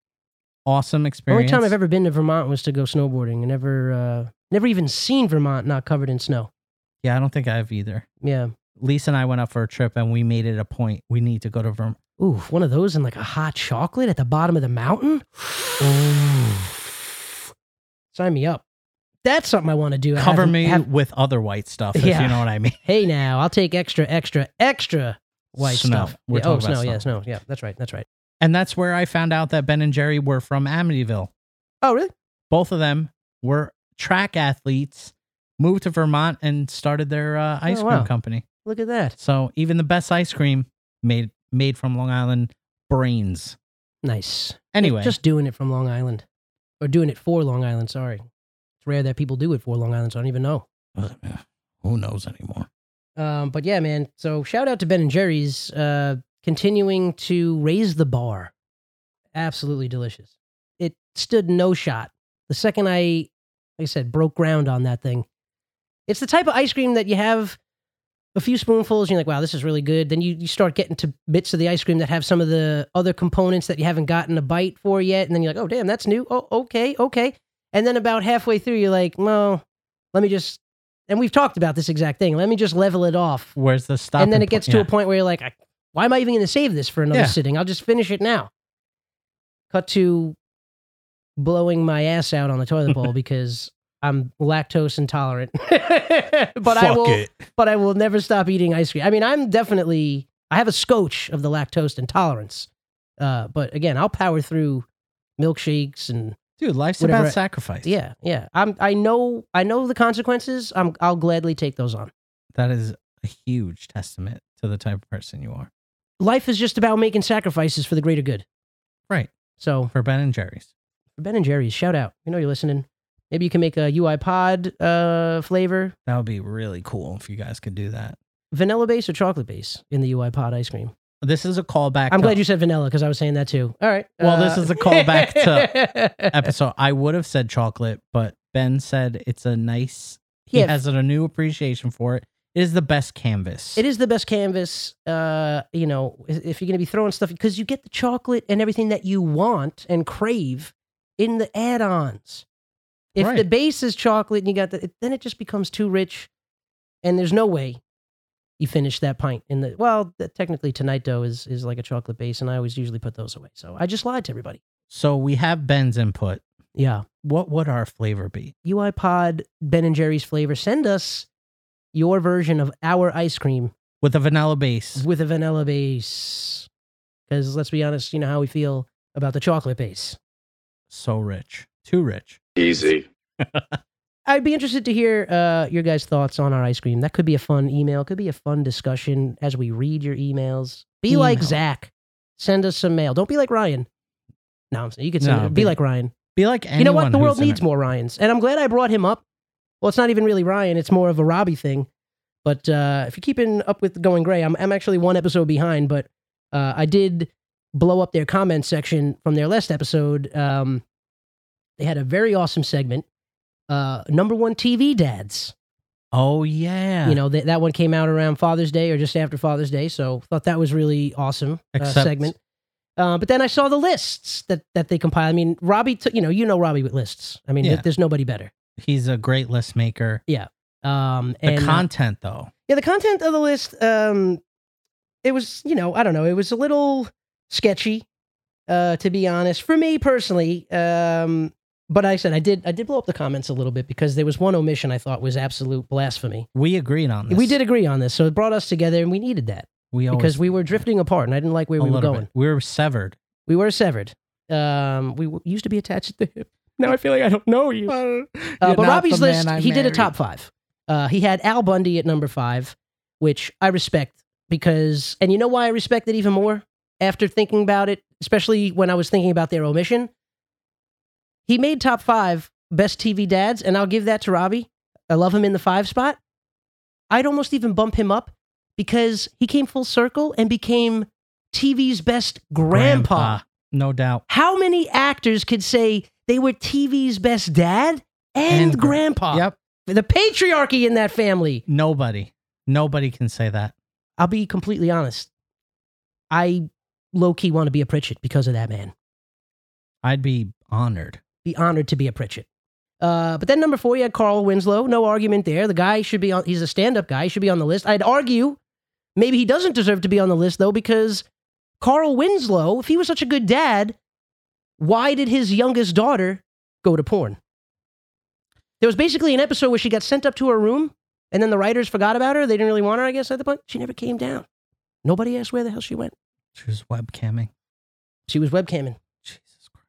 Speaker 5: Awesome
Speaker 4: The Only
Speaker 5: experience.
Speaker 4: time I've ever been to Vermont was to go snowboarding. I never uh, never even seen Vermont not covered in snow.
Speaker 5: Yeah, I don't think I've either.
Speaker 4: Yeah.
Speaker 5: Lisa and I went up for a trip, and we made it a point. We need to go to Vermont.
Speaker 4: Ooh, one of those and like a hot chocolate at the bottom of the mountain? <sighs> Sign me up. That's something I want to do. I
Speaker 5: Cover
Speaker 4: haven't-
Speaker 5: me
Speaker 4: have-
Speaker 5: with other white stuff, if
Speaker 4: Yeah.
Speaker 5: you know what I mean.
Speaker 4: hey, now I'll take extra, extra, extra <laughs> white
Speaker 5: Snow.
Speaker 4: stuff.
Speaker 5: We're
Speaker 4: yeah, oh,
Speaker 5: talking
Speaker 4: snow,
Speaker 5: about
Speaker 4: yeah, snow. Yeah, that's right. That's right.
Speaker 5: And that's where I found out that Ben and Jerry were from Amityville.
Speaker 4: Oh, really?
Speaker 5: Both of them were track athletes, moved to Vermont, and started their uh, ice
Speaker 4: Oh,
Speaker 5: cream
Speaker 4: wow.
Speaker 5: company.
Speaker 4: Look at that.
Speaker 5: So even the best ice cream made made from Long Island brains.
Speaker 4: Nice.
Speaker 5: Anyway,
Speaker 4: Just doing it from Long Island or doing it for Long Island. Sorry. It's rare that people do it for Long Island, so I don't even know.
Speaker 5: who knows anymore?
Speaker 4: Um, but yeah, man. So shout out to Ben and Jerry's uh, continuing to raise the bar. Absolutely delicious. It stood no shot. The second I like I said, broke ground on that thing. It's the type of ice cream that you have a few spoonfuls and you're like, wow, this is really good. Then you, you start getting to bits of the ice cream that have some of the other components that you haven't gotten a bite for yet. And then you're like, oh, damn, that's new. Oh, okay, okay. And then about halfway through, you're like, well, let me just, and we've talked about this exact thing. Let me just level it off.
Speaker 5: Where's the stop?
Speaker 4: and then it
Speaker 5: po-
Speaker 4: gets to
Speaker 5: yeah.
Speaker 4: a point where you're like, I, why am I even going to save this for another
Speaker 5: Yeah.
Speaker 4: sitting? I'll just finish it now. Cut to blowing my ass out on the
Speaker 5: <laughs>
Speaker 4: toilet bowl because I'm lactose intolerant. <laughs> but I
Speaker 5: Fuck
Speaker 4: will
Speaker 5: it.
Speaker 4: but I will never stop eating ice cream. I mean, I'm definitely I have a scotch of the lactose intolerance. Uh, but again, I'll power through milkshakes and
Speaker 5: dude. Life's
Speaker 4: Whatever I-
Speaker 5: about sacrifice.
Speaker 4: yeah, yeah. I'm I know I know the consequences. I'm I'll gladly take those on.
Speaker 5: that is a huge testament to the type of person you are.
Speaker 4: Life is just about making sacrifices for the greater good.
Speaker 5: Right
Speaker 4: So
Speaker 5: for Ben and Jerry's.
Speaker 4: for Ben and Jerry's, shout out. You know you're listening. Maybe you can make a UI pod uh, flavor,
Speaker 5: That would be really cool if you guys could do that.
Speaker 4: vanilla base or chocolate base in the UI pod ice cream.
Speaker 5: This is a callback.
Speaker 4: I'm
Speaker 5: to
Speaker 4: glad you said vanilla because I was saying that too. All right.
Speaker 5: Well, this is a callback
Speaker 4: to
Speaker 5: episode. I would have said chocolate, but Ben said it's a nice. He
Speaker 4: <laughs> Yeah.
Speaker 5: has a new appreciation for it. It is the best canvas.
Speaker 4: It is the best canvas. Uh, you know, i- if you're going to be throwing stuff, because you get the chocolate and everything that you want and crave in the add-ons. If the
Speaker 5: Right.
Speaker 4: base is chocolate and you got the, it- then it just becomes too rich, and there's no way you finish that pint. In the well, the, technically tonight though is is like a chocolate base, and I always usually put those away. So I just lied to everybody.
Speaker 5: So we have Ben's input.
Speaker 4: Yeah.
Speaker 5: What would our flavor be?
Speaker 4: UiPod Ben and Jerry's flavor. Send us your version of our ice cream
Speaker 5: With a vanilla base.
Speaker 4: with a vanilla base. Because let's be honest, you know how we feel about the chocolate base.
Speaker 5: So rich. Too rich.
Speaker 6: Easy.
Speaker 4: I'd be interested to hear uh, your guys' thoughts on our ice cream. That could be a fun email. Could be a fun discussion as we read your emails. Be like
Speaker 5: Email.
Speaker 4: Zach. Send us some mail. Don't be like Ryan. No, I'm saying you could send
Speaker 5: No,
Speaker 4: it. Be
Speaker 5: be-
Speaker 4: like Ryan.
Speaker 5: Be like anyone
Speaker 4: you know what? The
Speaker 5: who's
Speaker 4: world
Speaker 5: in
Speaker 4: needs
Speaker 5: it.
Speaker 4: more Ryans. And I'm glad I brought him up. Well, it's not even really Ryan. It's more of a Robbie thing. But uh, if you're keeping up with Going Gray, I'm, I'm actually one episode behind, but uh, I did blow up their comment section from their last episode. Um, they had a very awesome segment. Uh, number one TV dads.
Speaker 5: Oh yeah.
Speaker 4: You know, th- that one came out around Father's Day or just after Father's Day. So thought that was really awesome uh,
Speaker 5: Except-
Speaker 4: segment. Uh, but then I saw the lists that, that they compiled. I mean, Robbie, took you know, you know Robbie with lists. I mean,
Speaker 5: Yeah.
Speaker 4: there's nobody better.
Speaker 5: he's a great list maker.
Speaker 4: Um,
Speaker 5: The
Speaker 4: and uh,
Speaker 5: content though.
Speaker 4: yeah, the content of the list, um, it was, you know, I don't know, it was a little sketchy, uh, to be honest, for me personally. Um, but I said I did, I did blow up the comments a little bit because there was one omission I thought was absolute blasphemy.
Speaker 5: We agreed on this.
Speaker 4: We did agree on this, so it brought us together, and we needed that
Speaker 5: We always
Speaker 4: because we were drifting apart, and I didn't like where
Speaker 5: a
Speaker 4: we were
Speaker 5: little
Speaker 4: going.
Speaker 5: bit. We were severed.
Speaker 4: We were severed. Um, we w- used to be attached at the hip. <laughs> Now I feel like I don't know you.
Speaker 5: Uh,
Speaker 4: Uh, but Robbie's list, he did a top five. Uh, he had Al Bundy at number five, which I respect because, and you know why I respect it even more after thinking about it, especially when I was thinking about their omission. He made top five best TV dads, and I'll give that to Robbie. I love him in the five spot. I'd almost even bump him up because he came full circle and became TV's best grandpa.
Speaker 5: No doubt.
Speaker 4: How many actors could say they were TV's best dad and,
Speaker 5: And gr-
Speaker 4: grandpa?
Speaker 5: Yep.
Speaker 4: The patriarchy in that family.
Speaker 5: Nobody. Nobody can say that.
Speaker 4: I'll be completely honest. I low key want to be a Pritchett because of that man.
Speaker 5: I'd be honored.
Speaker 4: Be honored to be a Pritchett. Uh, but then number four, you had Carl Winslow. No argument there. The guy should be on, he's a stand up guy. He should be on the list. I'd argue maybe he doesn't deserve to be on the list though, because Carl Winslow, if he was such a good dad, why did his youngest daughter go to porn? There was basically an episode where she got sent up to her room and then the writers forgot about her. They didn't really want her, I guess, at the point. She never came down. Nobody asked where the hell she went.
Speaker 5: She was webcamming.
Speaker 4: She was webcamming.
Speaker 5: Jesus Christ.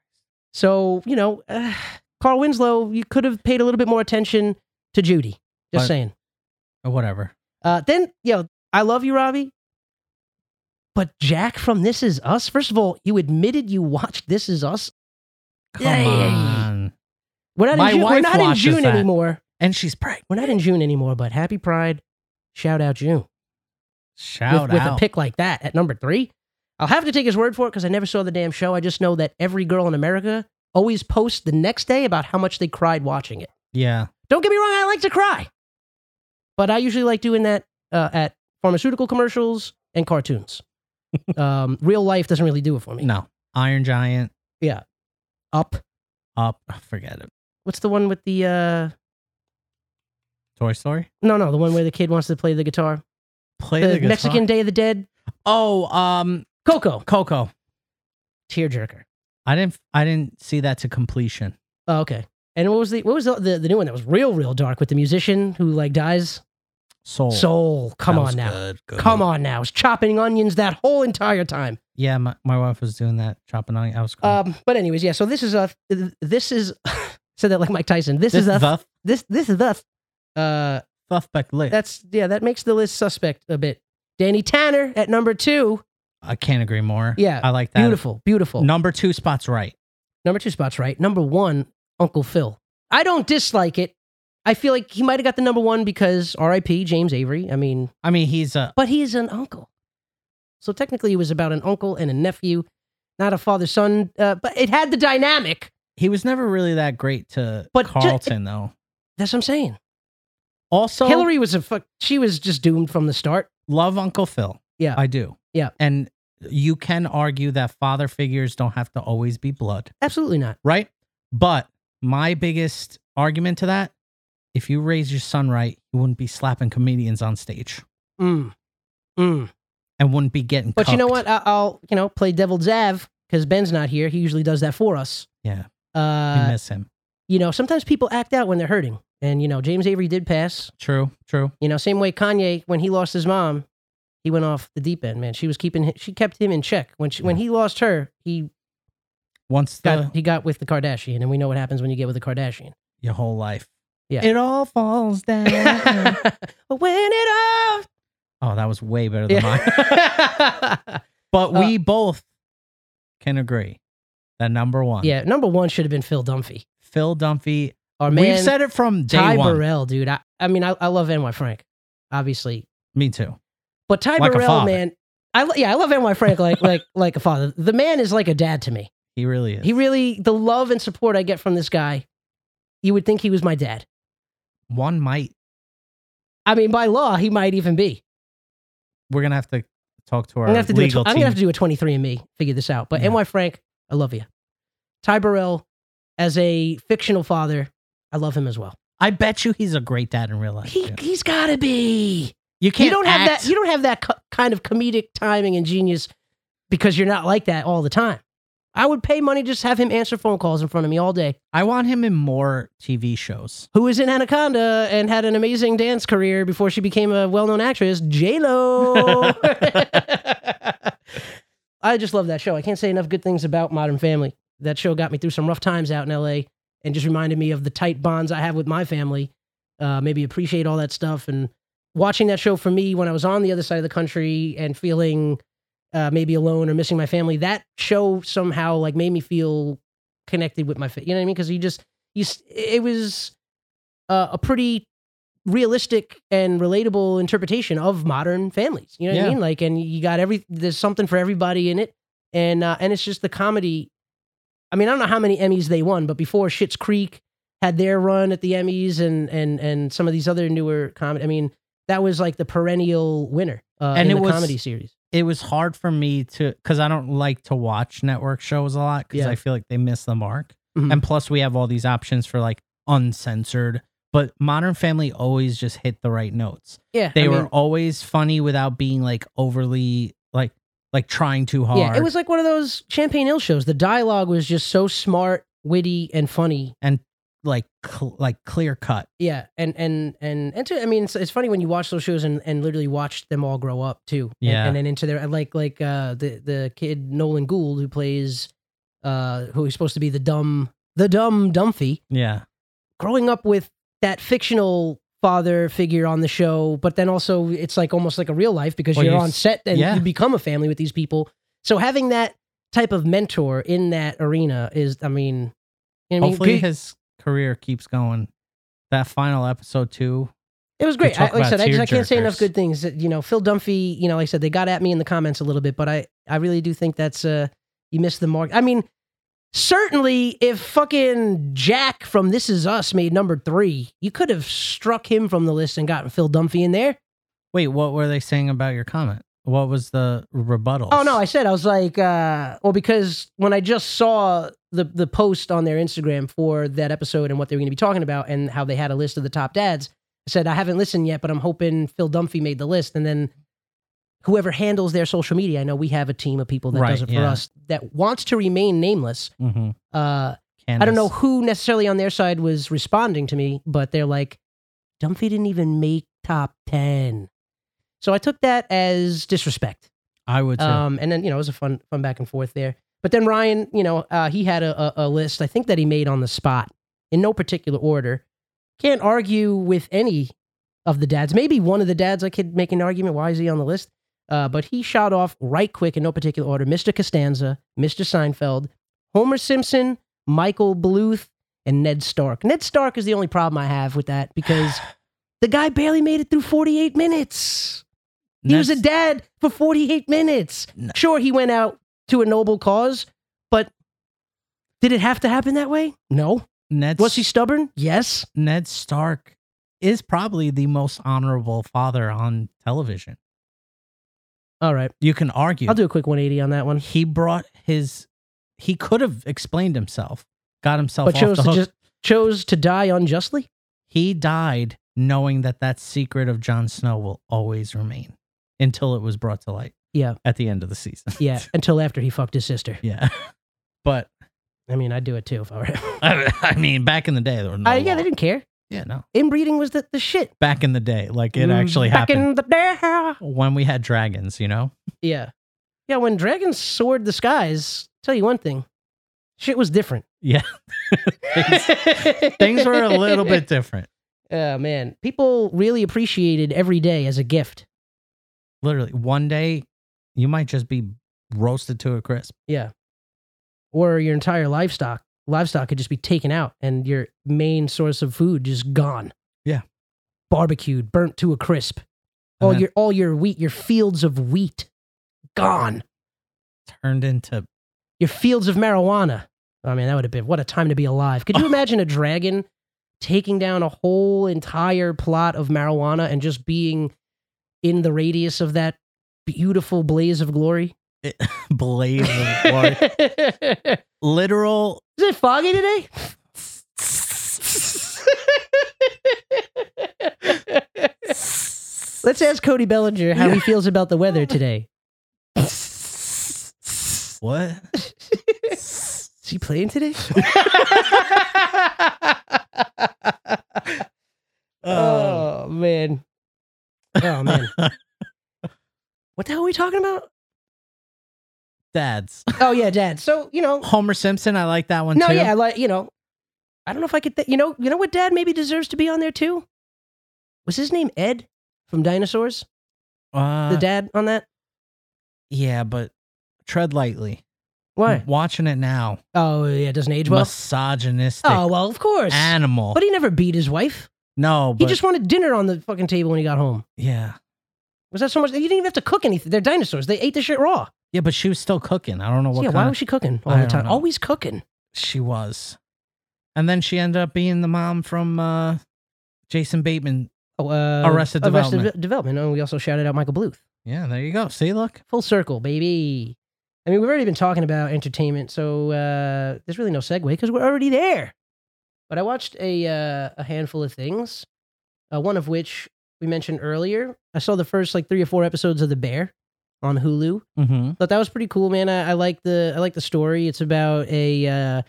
Speaker 4: So, you know, <sighs> uh, Carl Winslow, you could have paid a little bit more attention to Judy. Just
Speaker 5: But-
Speaker 4: saying.
Speaker 5: Or whatever.
Speaker 4: Uh, then, you know, I love you, Robbie. But Jack from This Is Us, first of all, you admitted you watched This Is Us.
Speaker 5: Come
Speaker 4: Yeah, yeah, yeah.
Speaker 5: on.
Speaker 4: We're not
Speaker 5: My
Speaker 4: in June, we're
Speaker 5: wife
Speaker 4: not in
Speaker 5: watches
Speaker 4: June
Speaker 5: that.
Speaker 4: anymore.
Speaker 5: And she's pregnant.
Speaker 4: We're not in June anymore, but happy Pride. Shout out June.
Speaker 5: Shout
Speaker 4: with, with
Speaker 5: out.
Speaker 4: a pick like that at number three. I'll have to take his word for it because I never saw the damn show. I just know that every girl in America always posts the next day about how much they cried watching it.
Speaker 5: Yeah.
Speaker 4: Don't get me wrong, I like to cry. But I usually like doing that uh, at pharmaceutical commercials
Speaker 5: <laughs>
Speaker 4: and cartoons. um, real life doesn't really do it for me.
Speaker 5: No. Iron Giant.
Speaker 4: Up.
Speaker 5: Up. Forget it.
Speaker 4: What's the one with the uh
Speaker 5: Toy Story.
Speaker 4: no no, the one where the kid wants to play the guitar.
Speaker 5: Play
Speaker 4: the
Speaker 5: the, guitar.
Speaker 4: Mexican Day of the Dead.
Speaker 5: Oh, um,
Speaker 4: Coco.
Speaker 5: Coco.
Speaker 4: Tearjerker.
Speaker 5: I didn't. I didn't see that to completion.
Speaker 4: Oh, okay. And what was the what was the, the the new one that was real, real dark with the musician who like dies?
Speaker 5: Soul.
Speaker 4: Soul. Come on now. Come on now. It's chopping onions that whole entire time.
Speaker 5: Yeah, my, my wife was doing that chopping on. I was. Cool.
Speaker 4: Um, but anyways, yeah. So this is a this is <laughs> said that like Mike Tyson. This, is a
Speaker 5: the
Speaker 4: this this is the uh
Speaker 5: Fuffbeck lit.
Speaker 4: that's yeah that makes the list suspect a bit. Danny Tanner at number two.
Speaker 5: I can't agree more.
Speaker 4: Yeah,
Speaker 5: I like that.
Speaker 4: Beautiful, beautiful.
Speaker 5: Number two spots right.
Speaker 4: Number two spot's right. Number one, Uncle Phil. I don't dislike it. I feel like he might have got the number one because R.I.P. James Avery. I mean,
Speaker 5: I mean, he's uh, a
Speaker 4: but he's an uncle. So technically, it was about an uncle and a nephew, not a father son. Uh, but it had the dynamic.
Speaker 5: he was never really that great to
Speaker 4: But ju-
Speaker 5: Carlton though.
Speaker 4: That's what I'm saying.
Speaker 5: Also,
Speaker 4: Hillary was a fuck. She was just doomed from the start.
Speaker 5: love Uncle Phil.
Speaker 4: Yeah.
Speaker 5: I do.
Speaker 4: Yeah.
Speaker 5: and you can argue that father figures don't have to always be blood,
Speaker 4: Absolutely not.
Speaker 5: right? But my biggest argument to that, if you raise your son right, you wouldn't be slapping comedians on stage
Speaker 4: Mm. Mm.
Speaker 5: and wouldn't be getting.
Speaker 4: But you know
Speaker 5: cucked.
Speaker 4: what? I- I'll you know play devil's av because Ben's not here. He usually does that for us.
Speaker 5: Yeah. You
Speaker 4: Uh,
Speaker 5: miss him.
Speaker 4: you know, sometimes people act out when they're hurting, and you know James Avery did pass.
Speaker 5: True. True.
Speaker 4: You know, same way Kanye when he lost his mom, he went off the deep end. Man, she was keeping hi- she kept him in check. When she, when he lost her, he
Speaker 5: Once the
Speaker 4: got he got with the Kardashian, and we know what happens when you get with a Kardashian.
Speaker 5: your whole life.
Speaker 4: Yeah.
Speaker 5: It all falls
Speaker 4: <laughs>
Speaker 5: down.
Speaker 4: but when it all
Speaker 5: oh, that was way better than mine.
Speaker 4: yeah.
Speaker 5: But
Speaker 4: Uh,
Speaker 5: we both can agree that number one,
Speaker 4: <laughs> yeah, number one should have been Phil Dunphy.
Speaker 5: Phil Dunphy.
Speaker 4: Our man,
Speaker 5: We've said it from day
Speaker 4: Ty
Speaker 5: one.
Speaker 4: Burrell, dude. I, I mean, I, I love NY Frank, obviously,
Speaker 5: Me too.
Speaker 4: but Ty
Speaker 5: Like a
Speaker 4: Burrell,
Speaker 5: father.
Speaker 4: man, I lo- yeah, I love NY
Speaker 5: <laughs>
Speaker 4: Frank like like like a father. The man is like a dad to me.
Speaker 5: He really is.
Speaker 4: He really the love and support I get from this guy. You would think he was my dad.
Speaker 5: one might.
Speaker 4: I mean, by law, he might even be.
Speaker 5: We're gonna have to talk to our
Speaker 4: I'm gonna have to do. A tw-
Speaker 5: legal
Speaker 4: I'm gonna
Speaker 5: team.
Speaker 4: have to do a 23 and me figure this out. But
Speaker 5: Yeah.
Speaker 4: NY Frank, I love you. Ty Burrell, as a fictional father, I love him as well.
Speaker 5: I bet you he's a great dad in real life.
Speaker 4: He
Speaker 5: too.
Speaker 4: he's gotta be.
Speaker 5: you can't.
Speaker 4: you don't have
Speaker 5: act-
Speaker 4: that. You don't have that co- kind of comedic timing and genius because you're not like that all the time. I would pay money just to have him answer phone calls in front of me all day.
Speaker 5: I want him in more TV shows.
Speaker 4: Who is in Anaconda and had an amazing dance career before she became a well-known actress, J Lo. <laughs> I just love that show. I can't say enough good things about Modern Family. That show got me through some rough times out in LA, and just reminded me of the tight bonds I have with my family. Uh, maybe appreciate all that stuff and watching that show for me when I was on the other side of the country and feeling uh, maybe alone or missing my family. That show somehow like made me feel connected with my family. You know what I mean? Because you just you s- it was uh, a pretty realistic and relatable interpretation of modern families. You know what I
Speaker 5: Yeah.
Speaker 4: mean? Like, and you got every there's something for everybody in it, and uh, and it's just the comedy. I mean, I don't know how many Emmys they won, but before Schitt's Creek had their run at the Emmys and and and some of these other newer comedy. I mean, that was like the perennial winner uh,
Speaker 5: And
Speaker 4: in
Speaker 5: it
Speaker 4: the
Speaker 5: was-
Speaker 4: comedy series.
Speaker 5: It was hard for me to because I don't like to watch network shows a lot because
Speaker 4: Yeah.
Speaker 5: I feel like they miss the mark.
Speaker 4: Mhm.
Speaker 5: And plus, we have all these options for like uncensored. But Modern Family always just hit the right notes.
Speaker 4: Yeah,
Speaker 5: They
Speaker 4: I
Speaker 5: were
Speaker 4: mean,
Speaker 5: always funny without being like overly like like trying too hard.
Speaker 4: yeah. It was like one of those Champagne Hill shows. The dialogue was just so smart, witty, and funny.
Speaker 5: like cl- like clear cut.
Speaker 4: Yeah, and and and and too, I mean, it's, it's funny when you watch those shows and, and literally watch them all grow up too. And-
Speaker 5: Yeah.
Speaker 4: and, then into their like like uh the the kid Nolan Gould who plays uh who is supposed to be the dumb the dumb Dumphy.
Speaker 5: Yeah.
Speaker 4: growing up with that fictional father figure on the show, but then also it's like almost like a real life because
Speaker 5: Well,
Speaker 4: you're
Speaker 5: you
Speaker 4: on
Speaker 5: s-
Speaker 4: set and
Speaker 5: yeah.
Speaker 4: you become a family with these people. So having that type of mentor in that arena is, I mean, you know what I mean?
Speaker 5: Hopefully
Speaker 4: Good-
Speaker 5: his career keeps going. That final episode too.
Speaker 4: it was great.
Speaker 5: talk
Speaker 4: I, like I
Speaker 5: about
Speaker 4: said, I, just, I can't say enough
Speaker 5: tearjerkers.
Speaker 4: good things. That, You know, Phil Dunphy. You know, like I said, they got at me in the comments a little bit, but I, I really do think that's uh, you missed the mark. I mean, Certainly, if fucking Jack from This Is Us made number three, you could have struck him from the list and gotten Phil Dunphy in there.
Speaker 5: Wait, what were they saying about your comment? What was the rebuttal?
Speaker 4: Oh no, I said I was like, uh, well, because when I just saw the the post on their Instagram for that episode and what they were going to be talking about and how they had a list of the top dads, I said I haven't listened yet, but I'm hoping Phil Dunphy made the list, and then whoever handles their social media, I know we have a team of people that
Speaker 5: Right,
Speaker 4: does it for
Speaker 5: yeah.
Speaker 4: us that wants to remain nameless.
Speaker 5: Mhm.
Speaker 4: Uh, I don't
Speaker 5: Candace.
Speaker 4: know who necessarily on their side was responding to me, but they're like, Dunphy didn't even make top 10. So I took that as disrespect.
Speaker 5: I would. Too.
Speaker 4: Um, and then you know it was a fun fun back and forth there. But then Ryan, you know, uh, he had a, a, a list I think that he made on the spot in no particular order. Can't argue with any of the dads. Maybe one of the dads I could make an argument. Why is he on the list? Uh, but he shot off right quick in no particular order: Mr. Costanza, Mr. Seinfeld, Homer Simpson, Michael Bluth, and Ned Stark. Ned Stark is the only problem I have with that because the guy barely made it through 48 minutes. He was a
Speaker 5: That's-
Speaker 4: dad for 48 minutes.
Speaker 5: No.
Speaker 4: Sure, he went out to a noble cause, but did it have to happen that way? No.
Speaker 5: Ned
Speaker 4: Was he stubborn? Yes.
Speaker 5: Ned Stark is probably the most honorable father on television.
Speaker 4: All right.
Speaker 5: You can argue.
Speaker 4: I'll do a quick 180 on that one.
Speaker 5: He brought his. He could have explained himself, got himself
Speaker 4: But
Speaker 5: off
Speaker 4: chose
Speaker 5: the
Speaker 4: to
Speaker 5: hook.
Speaker 4: just chose to die unjustly?
Speaker 5: he died knowing that that secret of Jon Snow will always remain until it was brought to light.
Speaker 4: Yeah.
Speaker 5: At the end of the season. <laughs>
Speaker 4: Yeah, until after he fucked his sister.
Speaker 5: yeah. But
Speaker 4: I mean, I'd do it too if I were him.
Speaker 5: I, I mean, back in the day, there were no.
Speaker 4: Uh, yeah, they
Speaker 5: laws.
Speaker 4: didn't care.
Speaker 5: yeah, no.
Speaker 4: Inbreeding was the, the shit.
Speaker 5: Back in the day, like it
Speaker 4: Mm,
Speaker 5: actually
Speaker 4: Back
Speaker 5: happened
Speaker 4: in the day.
Speaker 5: when we had dragons. You know,
Speaker 4: Yeah. Yeah, when dragons soared the skies, tell you one thing. Shit was different. <laughs>
Speaker 5: Yeah. things were a little
Speaker 4: <laughs>
Speaker 5: bit different.
Speaker 4: Oh man, people really appreciated every day as a gift.
Speaker 5: Literally, one day you might just be roasted to a crisp.
Speaker 4: Yeah, or your entire livestock livestock could just be taken out, and your main source of food just gone.
Speaker 5: Yeah.
Speaker 4: barbecued, burnt to a crisp.
Speaker 5: And
Speaker 4: all
Speaker 5: then-
Speaker 4: your all your wheat, your fields of wheat, gone.
Speaker 5: Turned into <laughs>
Speaker 4: Your fields of marijuana. I mean, that would have been what a time to be alive. Could you imagine a dragon taking down a whole entire plot of marijuana and just being in the radius of that beautiful blaze of glory?
Speaker 5: blades of glory.
Speaker 4: <laughs> Is
Speaker 5: Literal.
Speaker 4: it foggy today? Let's ask Cody Bellinger how he feels about the weather today.
Speaker 5: <laughs> What?
Speaker 4: <laughs> Is he playing today? <laughs>
Speaker 5: Um,
Speaker 4: oh man.
Speaker 5: <laughs>
Speaker 4: Oh man. What the hell are we talking about?
Speaker 5: Dads.
Speaker 4: Oh yeah, Dad. So, you know,
Speaker 5: Homer Simpson. I like that one
Speaker 4: no,
Speaker 5: too.
Speaker 4: yeah, like you know, I don't know if I could. Th- you know, you know what Dad maybe deserves to be on there too. Was his name Ed from Dinosaurs?
Speaker 5: Uh,
Speaker 4: the dad on that?
Speaker 5: yeah, but tread lightly.
Speaker 4: Why?
Speaker 5: Watching it now.
Speaker 4: Oh yeah, it doesn't age well.
Speaker 5: misogynistic
Speaker 4: Oh well, of course.
Speaker 5: animal.
Speaker 4: But he never beat his wife.
Speaker 5: no,
Speaker 4: He
Speaker 5: but-
Speaker 4: just wanted dinner on the fucking table when he got home.
Speaker 5: yeah,
Speaker 4: Was that so much? You didn't even have to cook anything. They're dinosaurs. They ate the shit raw.
Speaker 5: yeah. But she was still cooking. I don't know Oh,
Speaker 4: So,
Speaker 5: what
Speaker 4: yeah,
Speaker 5: kind
Speaker 4: why
Speaker 5: of-
Speaker 4: was she cooking all
Speaker 5: I
Speaker 4: the
Speaker 5: don't
Speaker 4: time?
Speaker 5: know.
Speaker 4: Always cooking.
Speaker 5: she was. And then she ended up being the mom from uh, Jason Bateman.
Speaker 4: Oh, uh,
Speaker 5: Arrested Development.
Speaker 4: Arrested Development. And we also shouted out Michael Bluth.
Speaker 5: Yeah, there you go. See, look,
Speaker 4: Full circle, baby. I mean, we've already been talking about entertainment, so uh, there's really no segue because we're already there. But I watched a uh, a handful of things, uh, one of which we mentioned earlier. I saw the first like three or four episodes of The Bear on Hulu.
Speaker 5: mm-hmm.
Speaker 4: Thought that was pretty cool, man. I, I like the I like the story. It's about a uh,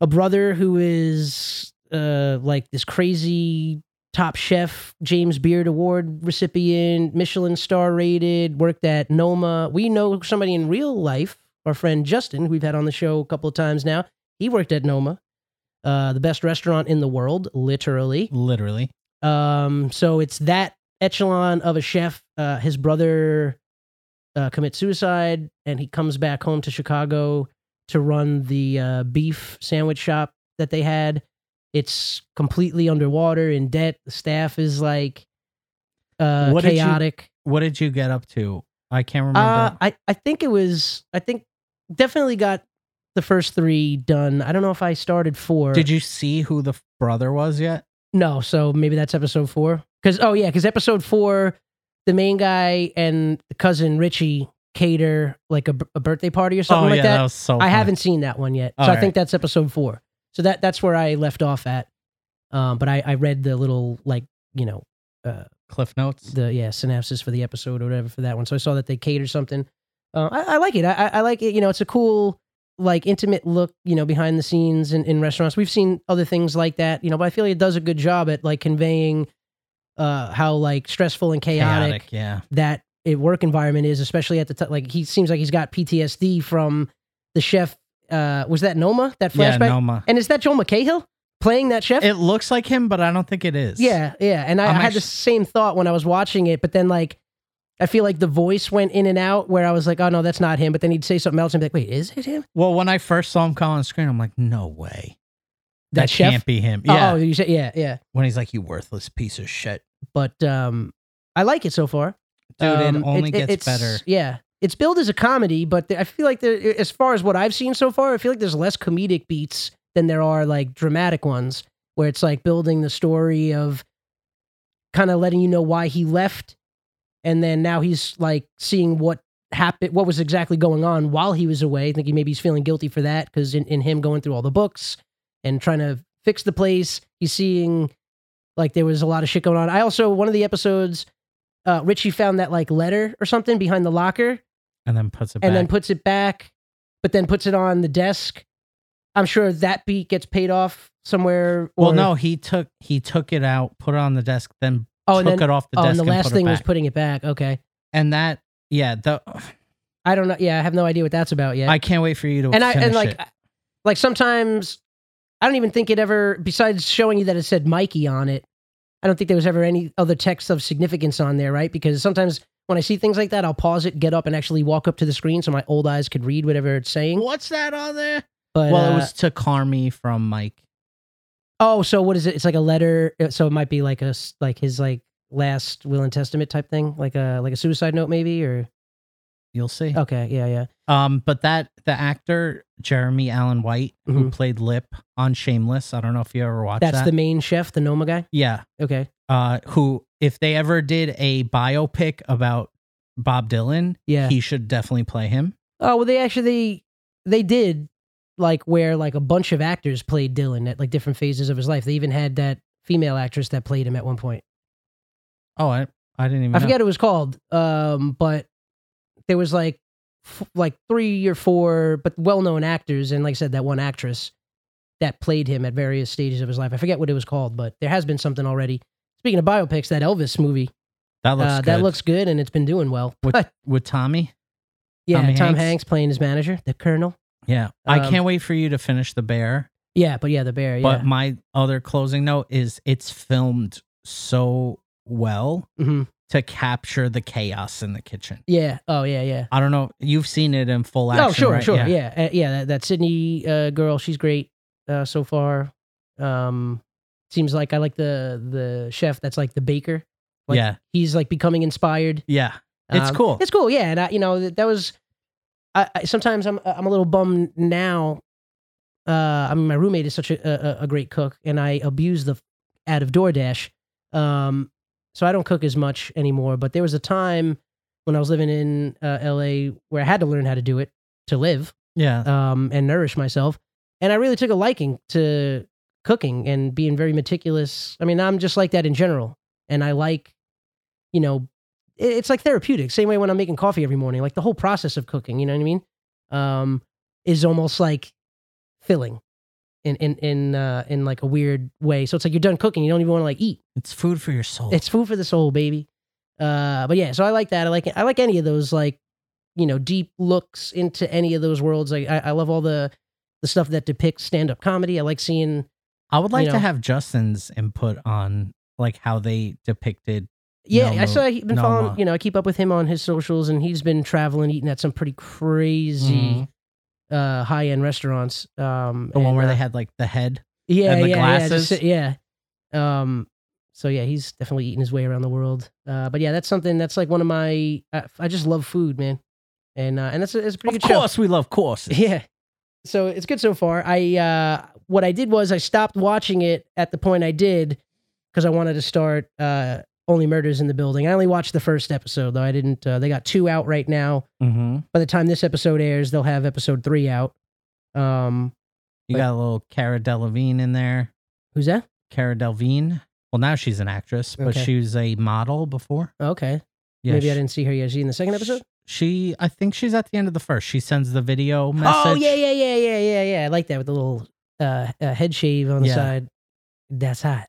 Speaker 4: a brother who is uh, like this crazy top chef James Beard Award recipient, Michelin star rated, worked at Noma. We know somebody in real life, our friend Justin, who we've had on the show a couple of times now. He worked at Noma, uh, the best restaurant in the world, literally.
Speaker 5: literally.
Speaker 4: Um, so it's that echelon of a chef. Uh, his brother uh, commits suicide, and he comes back home to Chicago to run the uh, beef sandwich shop that they had. It's completely underwater, in debt. The staff is like uh,
Speaker 5: What did you
Speaker 4: chaotic.
Speaker 5: What did you get up to? I can't remember.
Speaker 4: Uh, I I think it was. I think definitely got the first three done. I don't know if I started four.
Speaker 5: Did you see who the brother was yet?
Speaker 4: No, so maybe that's episode four. Because oh yeah, because episode four, the main guy and the cousin Richie cater like a, b- a birthday party or something
Speaker 5: oh
Speaker 4: like
Speaker 5: yeah,
Speaker 4: that.
Speaker 5: that was so.
Speaker 4: I
Speaker 5: funny.
Speaker 4: haven't seen that one yet, so
Speaker 5: All
Speaker 4: I think that's episode four. So that that's where I left off at. Um, but I, I read the little like you know
Speaker 5: Cliff Notes.
Speaker 4: the yeah synapses for the episode or whatever for that one. So I saw that they catered something. Uh, I, I like it. I, I- I like it. You know, it's a cool like intimate look. You know, behind the scenes in, in restaurants. We've seen other things like that. You know, but I feel like it does a good job at like conveying uh, how like stressful and chaotic,
Speaker 5: yeah.
Speaker 4: that it work environment is, especially at the t- like he seems like he's got PTSD from the chef. Uh, was that Noma that flashback?
Speaker 5: Yeah, Noma.
Speaker 4: And is that Joel McCahill playing that chef?
Speaker 5: It looks like him, but I don't think it is.
Speaker 4: Yeah, yeah. And I, I
Speaker 5: I'm
Speaker 4: had the
Speaker 5: actu-
Speaker 4: same thought when I was watching it, but then like I feel like the voice went in and out where I was like, oh no, that's not him. But then he'd say something else and I'd be like, wait, is it him?
Speaker 5: Well, when I first saw him come on screen, I'm like, no way.
Speaker 4: That, chef?
Speaker 5: can't be him.
Speaker 4: Oh,
Speaker 5: Yeah.
Speaker 4: Oh, you said yeah, yeah.
Speaker 5: When he's like, you worthless piece of shit.
Speaker 4: But um I like it so far.
Speaker 5: Dude,
Speaker 4: Um,
Speaker 5: it only gets
Speaker 4: it's-
Speaker 5: better.
Speaker 4: Yeah. It's billed as a comedy, but I feel like there, as far as what I've seen so far, I feel like there's less comedic beats than there are like dramatic ones where it's like building the story of kind of letting you know why he left and then now he's like seeing what happened what was exactly going on while he was away i think he maybe he's feeling guilty for that because in, in him going through all the books and trying to fix the place he's seeing like there was a lot of shit going on i also one of the episodes uh richie found that like letter or something behind the locker
Speaker 5: And then puts it back.
Speaker 4: and then puts it back but then puts it on the desk i'm sure that beat gets paid off somewhere
Speaker 5: well,
Speaker 4: or-
Speaker 5: no, he took he took it out, put it on the desk, then
Speaker 4: oh
Speaker 5: took
Speaker 4: and then
Speaker 5: it off the
Speaker 4: oh,
Speaker 5: desk.
Speaker 4: and the last
Speaker 5: put
Speaker 4: thing
Speaker 5: it
Speaker 4: was
Speaker 5: back.
Speaker 4: putting it back okay
Speaker 5: and that yeah, the,
Speaker 4: i don't know yeah i have no idea what that's about yet
Speaker 5: I can't wait for you to
Speaker 4: and I and
Speaker 5: finish
Speaker 4: like
Speaker 5: it.
Speaker 4: I- like sometimes I don't even think it ever besides showing you that it said Mikey on it. I don't think there was ever any other text of significance on there, right? Because sometimes when I see things like that, I'll pause it, get up, and actually walk up to the screen so my old eyes could read whatever it's saying.
Speaker 5: what's that on there?
Speaker 4: But
Speaker 5: well, it
Speaker 4: uh,
Speaker 5: was to Carmi from Mike.
Speaker 4: oh, so what is it? It's like a letter, uh, so it might be like a s- like his like last will and testament type thing, like a like a suicide note maybe, or
Speaker 5: You'll see.
Speaker 4: okay, yeah, yeah.
Speaker 5: Um, but that the actor Jeremy Allen White, who
Speaker 4: Mhm.
Speaker 5: played Lip on Shameless, I don't know if you ever watched
Speaker 4: That's
Speaker 5: that.
Speaker 4: the main chef, the Noma guy.
Speaker 5: yeah.
Speaker 4: Okay,
Speaker 5: Uh, who if they ever did a biopic about Bob Dylan,
Speaker 4: yeah.
Speaker 5: he should definitely play him.
Speaker 4: Oh well, they actually they did like where like a bunch of actors played Dylan at like different phases of his life. They even had that female actress that played him at one point.
Speaker 5: Oh, I I didn't even.
Speaker 4: I
Speaker 5: know.
Speaker 4: forget what it was called, um, but there was like f- like three or four but well known actors, and like I said, that one actress that played him at various stages of his life. I forget what it was called, but there has been something already. Speaking of biopics, that Elvis movie
Speaker 5: that looks
Speaker 4: uh,
Speaker 5: good.
Speaker 4: that looks good and it's been doing well.
Speaker 5: With-
Speaker 4: But,
Speaker 5: with Tommy.
Speaker 4: yeah,
Speaker 5: Tommy
Speaker 4: Tom
Speaker 5: Hanks?
Speaker 4: Hanks. playing his manager, the Colonel.
Speaker 5: Yeah, I
Speaker 4: Um,
Speaker 5: can't wait for you to finish the bear.
Speaker 4: Yeah, but yeah, the bear. Yeah.
Speaker 5: But my other closing note is it's filmed so well
Speaker 4: Mhm.
Speaker 5: to capture the chaos in the kitchen.
Speaker 4: Yeah. Oh, yeah, yeah.
Speaker 5: I don't know. You've seen it in full action.
Speaker 4: oh, sure,
Speaker 5: right?
Speaker 4: sure. Yeah, yeah. Uh, yeah, that, that Sydney uh, girl, she's great uh, so far. Um, seems like I like the the chef that's like the baker. Like,
Speaker 5: yeah,
Speaker 4: He's like becoming inspired.
Speaker 5: yeah. It's
Speaker 4: Um,
Speaker 5: cool.
Speaker 4: It's cool. Yeah, and I, you know that, that was. I, I sometimes I'm I'm a little bummed now. Uh, I mean, my roommate is such a, a a great cook, and I abuse the f- out of DoorDash. Um, so I don't cook as much anymore. But there was a time when I was living in uh, LA where I had to learn how to do it to live
Speaker 5: yeah,
Speaker 4: um, and nourish myself. And I really took a liking to cooking and being very meticulous. I mean, I'm just like that in general. And I like, you know, i- it's like therapeutic. Same way when I'm making coffee every morning, like the whole process of cooking, you know what I mean? Um, is almost like filling in, in, in, uh, in like a weird way. So it's like you're done cooking. You don't even want to like eat.
Speaker 5: it's food for your soul.
Speaker 4: It's food for the soul, baby. Uh, but yeah, so I like that. I like I like any of those like you know deep looks into any of those worlds. Like I, I love all the the stuff that depicts stand up comedy. I like seeing
Speaker 5: I would like
Speaker 4: you
Speaker 5: to
Speaker 4: know.
Speaker 5: have Justin's input on like how they depicted.
Speaker 4: yeah.
Speaker 5: Nomo-
Speaker 4: I saw he's been following.
Speaker 5: Noma.
Speaker 4: You know, I keep up with him on his socials, and he's been traveling, eating at some pretty crazy
Speaker 5: Mhm.
Speaker 4: uh, high end restaurants. Um,
Speaker 5: the one
Speaker 4: and,
Speaker 5: where
Speaker 4: uh,
Speaker 5: they had like the head.
Speaker 4: yeah,
Speaker 5: and the
Speaker 4: yeah,
Speaker 5: glasses.
Speaker 4: Yeah, just- yeah. Um, so yeah, he's definitely eating his way around the world. Uh, but yeah, that's something that's like one of my. I, I just love food, man, and uh, and that's a, it's a pretty
Speaker 5: Of
Speaker 4: good show.
Speaker 5: course, we love courses.
Speaker 4: <laughs> Yeah. so it's good so far. I uh, what I did was I stopped watching it at the point I did because I wanted to start uh, Only Murders in the Building. I only watched the first episode though. I didn't. Uh, they got two out right now.
Speaker 5: Mm-hmm.
Speaker 4: By the time this episode airs, they'll have episode three out. Um,
Speaker 5: You got a little Cara Delevingne in there.
Speaker 4: who's that?
Speaker 5: Cara Delevingne. Well, now she's an actress, but
Speaker 4: Okay.
Speaker 5: she was a model before.
Speaker 4: Oh, Okay,
Speaker 5: Yeah,
Speaker 4: maybe I
Speaker 5: she-
Speaker 4: didn't see her yet. Is she in the second episode?
Speaker 5: She, I think she's at the end of the first. She sends the video message.
Speaker 4: Oh yeah, yeah, yeah, yeah, yeah, yeah. I like that with the little uh, uh, head shave on the
Speaker 5: Yeah.
Speaker 4: side. That's hot.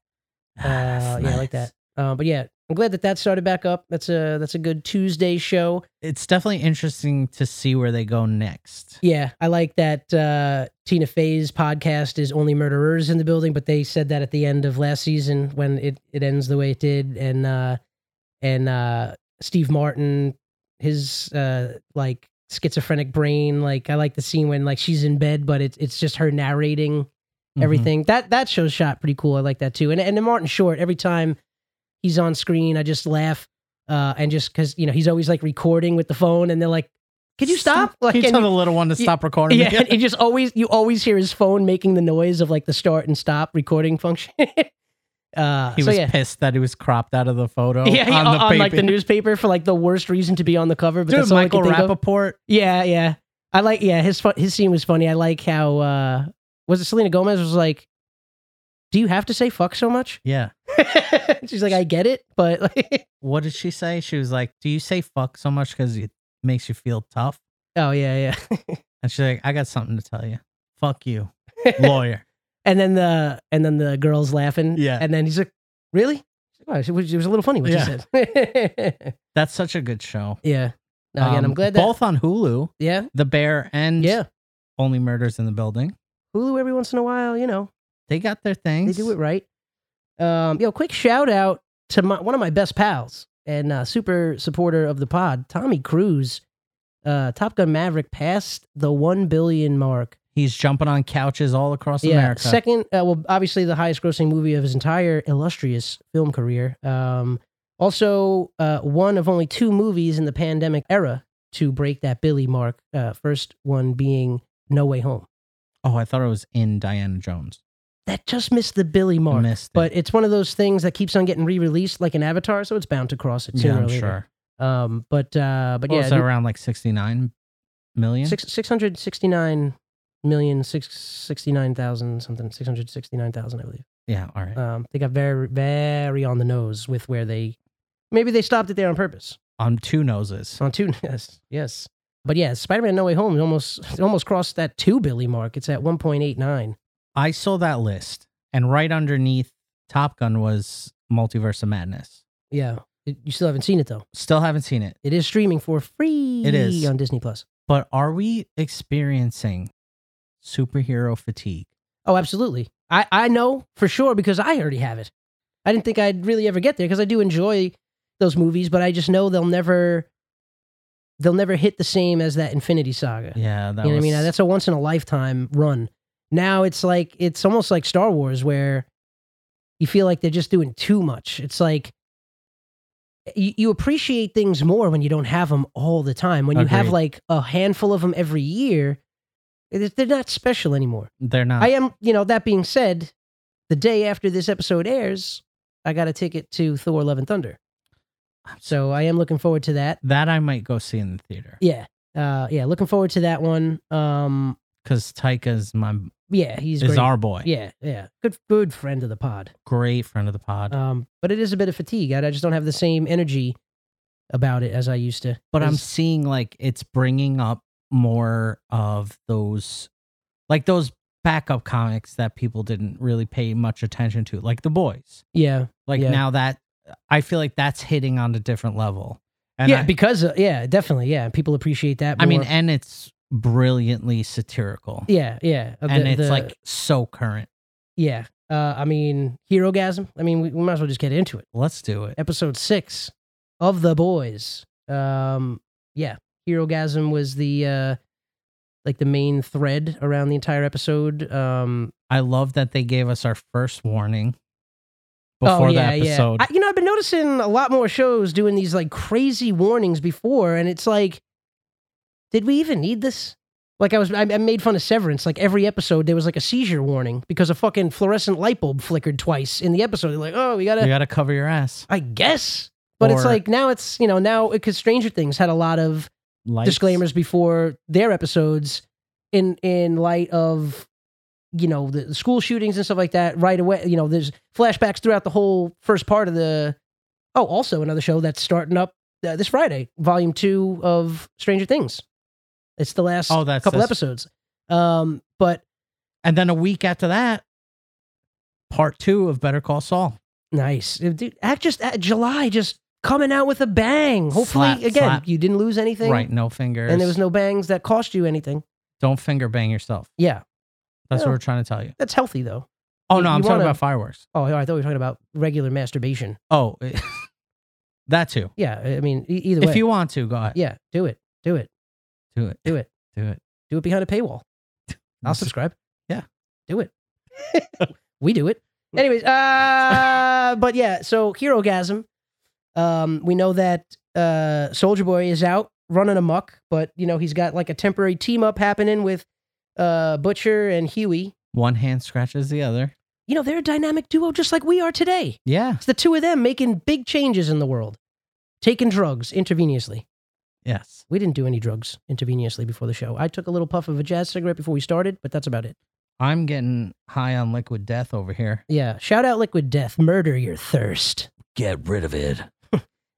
Speaker 5: Ah,
Speaker 4: Uh,
Speaker 5: that's
Speaker 4: yeah, I like
Speaker 5: nice.
Speaker 4: that. Um, but yeah, I'm glad that that started back up. That's a that's a good Tuesday show.
Speaker 5: It's definitely interesting to see where they go next.
Speaker 4: Yeah, I like that uh, Tina Fey's podcast is only murderers in the building, but they said that at the end of last season when it, it ends the way it did, and uh, and uh, Steve Martin, his uh, like schizophrenic brain, like I like the scene when like she's in bed, but it's it's just her narrating
Speaker 5: Mm-hmm.
Speaker 4: everything. That that show's shot pretty cool. I like that too. And and Martin Short, every time he's on screen, I just laugh. Uh, and just because you know he's always like recording with the phone, and they're like, "Could you stop?" Like,
Speaker 5: Can you
Speaker 4: and
Speaker 5: tell the little one to
Speaker 4: Yeah,
Speaker 5: stop recording?
Speaker 4: <laughs> yeah,
Speaker 5: again?
Speaker 4: and it just always you always hear his phone making the noise of like the start and stop recording function. <laughs>
Speaker 5: <laughs>
Speaker 4: uh,
Speaker 5: he
Speaker 4: so
Speaker 5: was
Speaker 4: yeah,
Speaker 5: pissed that he was cropped out of the photo.
Speaker 4: <laughs> yeah, he-
Speaker 5: on,
Speaker 4: on,
Speaker 5: the paper.
Speaker 4: like the newspaper for like the worst reason to be on the cover. But
Speaker 5: Dude,
Speaker 4: that's all I
Speaker 5: Michael
Speaker 4: could think of.
Speaker 5: Rappaport.
Speaker 4: Yeah, yeah, I like yeah his fu- his scene was funny. I like how uh was it Selena Gomez was like, "Do you have to say fuck so much?" <laughs>
Speaker 5: Yeah.
Speaker 4: She's like, "I get it, but <laughs> like,
Speaker 5: What did she say? She was like, "Do you say fuck so much because it makes you feel tough?"
Speaker 4: oh yeah, yeah."
Speaker 5: And she's like, "I got something to tell you. Fuck
Speaker 4: <laughs>
Speaker 5: you, lawyer."
Speaker 4: And then the and then the girls laughing.
Speaker 5: Yeah.
Speaker 4: and then he's like, "Really?" She's like, "Oh, It was it was a little funny what
Speaker 5: Yeah.
Speaker 4: you said. <laughs>
Speaker 5: That's such a good show.
Speaker 4: Yeah. No, again, I'm
Speaker 5: Um,
Speaker 4: glad that
Speaker 5: both on Hulu,
Speaker 4: yeah,
Speaker 5: The Bear and
Speaker 4: yeah.
Speaker 5: Only Murders in the Building.
Speaker 4: Hulu every once in a while, you know,
Speaker 5: They got their
Speaker 4: they
Speaker 5: things.
Speaker 4: do it right. Um, yo, quick shout out to my, one of my best pals and uh, super supporter of the pod, Tommy Cruise. Uh, Top Gun Maverick passed the one billion mark.
Speaker 5: He's jumping on couches all across America.
Speaker 4: second. Uh, well, obviously the highest grossing movie of his entire illustrious film career. Um, also uh, one of only two movies in the pandemic era to break that Billy mark. Uh, first one being No Way Home.
Speaker 5: oh, I thought it was in Diana Jones.
Speaker 4: that just missed the Billy
Speaker 5: I
Speaker 4: mark.
Speaker 5: missed it.
Speaker 4: But it's one of those things that keeps on getting re-released, like an Avatar, so it's bound to cross it
Speaker 5: yeah,
Speaker 4: sooner or
Speaker 5: I'm
Speaker 4: later.
Speaker 5: sure.
Speaker 4: Um, but uh, but
Speaker 5: But yeah,
Speaker 4: yeah,
Speaker 5: was it around like sixty nine million.
Speaker 4: six six hundred sixty-nine million six sixty-nine thousand something, six hundred sixty-nine thousand, I believe.
Speaker 5: yeah, all right.
Speaker 4: Um, they got very very on the nose with where they. Maybe they stopped it there on purpose.
Speaker 5: on two noses.
Speaker 4: On two, <laughs> yes, yes. But yeah, Spider-Man: No Way Home it almost it almost crossed that two Billy mark. It's at one point eight nine.
Speaker 5: I saw that list, and right underneath Top Gun was Multiverse of Madness.
Speaker 4: Yeah, It- you still haven't seen it though.
Speaker 5: Still haven't seen it,
Speaker 4: It is streaming for free.
Speaker 5: It is.
Speaker 4: on Disney Plus.
Speaker 5: but are we experiencing superhero fatigue?
Speaker 4: Oh, absolutely. I, I know for sure because I already have it. I didn't think I'd really ever get there because I do enjoy those movies, but I just know they'll never they'll never hit the same as that Infinity Saga.
Speaker 5: Yeah, that
Speaker 4: you
Speaker 5: was,
Speaker 4: know what I mean? That's a once in a lifetime run. Now it's like it's almost like Star Wars where you feel like they're just doing too much. It's like you, you appreciate things more when you don't have them all the time. When you have
Speaker 5: Agreed.
Speaker 4: like a handful of them every year, it- they're not special anymore.
Speaker 5: they're not.
Speaker 4: I am, you know, that being said, the day after this episode airs, I got a ticket to Thor Love and Thunder. So I am looking forward to that.
Speaker 5: that I might go see in the theater
Speaker 4: Yeah. Uh yeah, looking forward to that one. Um
Speaker 5: because Tyka's my
Speaker 4: yeah, he's
Speaker 5: is
Speaker 4: great.
Speaker 5: our boy.
Speaker 4: yeah, yeah. Good good friend of the pod.
Speaker 5: Great friend of the pod.
Speaker 4: Um but it is a bit of fatigue. I, I just don't have the same energy about it as I used to.
Speaker 5: but I'm
Speaker 4: It's-
Speaker 5: seeing like it's bringing up more of those, like those backup comics that people didn't really pay much attention to, like the boys.
Speaker 4: yeah.
Speaker 5: Like
Speaker 4: Yeah.
Speaker 5: now that I feel like that's hitting on a different level. And
Speaker 4: Yeah,
Speaker 5: I,
Speaker 4: because uh, yeah, definitely. Yeah, people appreciate that
Speaker 5: I mean,
Speaker 4: more.
Speaker 5: and it's brilliantly satirical.
Speaker 4: yeah, yeah. uh,
Speaker 5: and
Speaker 4: the-
Speaker 5: it's
Speaker 4: the-
Speaker 5: like so current.
Speaker 4: yeah. Uh, I mean, hero gasm. I mean, we, we might as well just get into it.
Speaker 5: Let's do it.
Speaker 4: episode six of the boys um yeah hero gasm was the uh like the main thread around the entire episode um
Speaker 5: I love that they gave us our first warning
Speaker 4: oh,
Speaker 5: before
Speaker 4: yeah,
Speaker 5: the episode.
Speaker 4: yeah. I, you know i've been noticing a lot more shows doing these like crazy warnings before and it's like did we even need this Like I was, I, I made fun of Severance. Like every episode, there was like a seizure warning because a fucking fluorescent light bulb flickered twice in the episode. They're like, oh, we gotta,
Speaker 5: You got to cover your ass.
Speaker 4: I guess. But it's
Speaker 5: Or-
Speaker 4: like now it's you know now because Stranger Things had a lot of
Speaker 5: Lights.
Speaker 4: disclaimers before their episodes in in light of you know the, the school shootings and stuff like that right away you know there's flashbacks throughout the whole first part of the oh also another show that's starting up uh, this friday volume two of stranger things it's the last
Speaker 5: Oh, that's
Speaker 4: couple
Speaker 5: this-
Speaker 4: episodes um but
Speaker 5: And then a week after that, part two of Better Call Saul.
Speaker 4: nice If- dude, act just uh, july just coming out with a bang hopefully
Speaker 5: Slap,
Speaker 4: again
Speaker 5: slap.
Speaker 4: you didn't lose anything
Speaker 5: Right. No fingers.
Speaker 4: and there was no bangs that cost you anything
Speaker 5: Don't finger bang yourself.
Speaker 4: yeah
Speaker 5: That's
Speaker 4: Yeah.
Speaker 5: what we're trying to tell you.
Speaker 4: that's healthy though
Speaker 5: Oh,
Speaker 4: You-
Speaker 5: no. I'm
Speaker 4: you
Speaker 5: talking
Speaker 4: wanna-
Speaker 5: about fireworks.
Speaker 4: Oh, I thought we were talking about regular masturbation.
Speaker 5: Oh, <laughs> that too.
Speaker 4: Yeah, I mean, e- either way.
Speaker 5: If you want to, go ahead.
Speaker 4: yeah, do it, do it,
Speaker 5: Do it.
Speaker 4: do it,
Speaker 5: Do it.
Speaker 4: do it behind
Speaker 5: <laughs>
Speaker 4: a paywall. I'll subscribe.
Speaker 5: Yeah.
Speaker 4: do it. we do it. Anyways, uh, but yeah, so hero gasm. Um, we know that uh, Soldier Boy is out running amok, but you know he's got like a temporary team up happening with uh, Butcher and Huey.
Speaker 5: One hand scratches the other.
Speaker 4: You know they're a dynamic duo, just like we are today.
Speaker 5: Yeah.
Speaker 4: It's the two of them making big changes in the world, taking drugs intravenously.
Speaker 5: Yes.
Speaker 4: We didn't do any drugs intravenously before the show. I took a little puff of a jazz cigarette before we started, but that's about it.
Speaker 5: I'm getting high on liquid death over here.
Speaker 4: Yeah. Shout out Liquid Death. Murder your thirst.
Speaker 5: Get rid of it.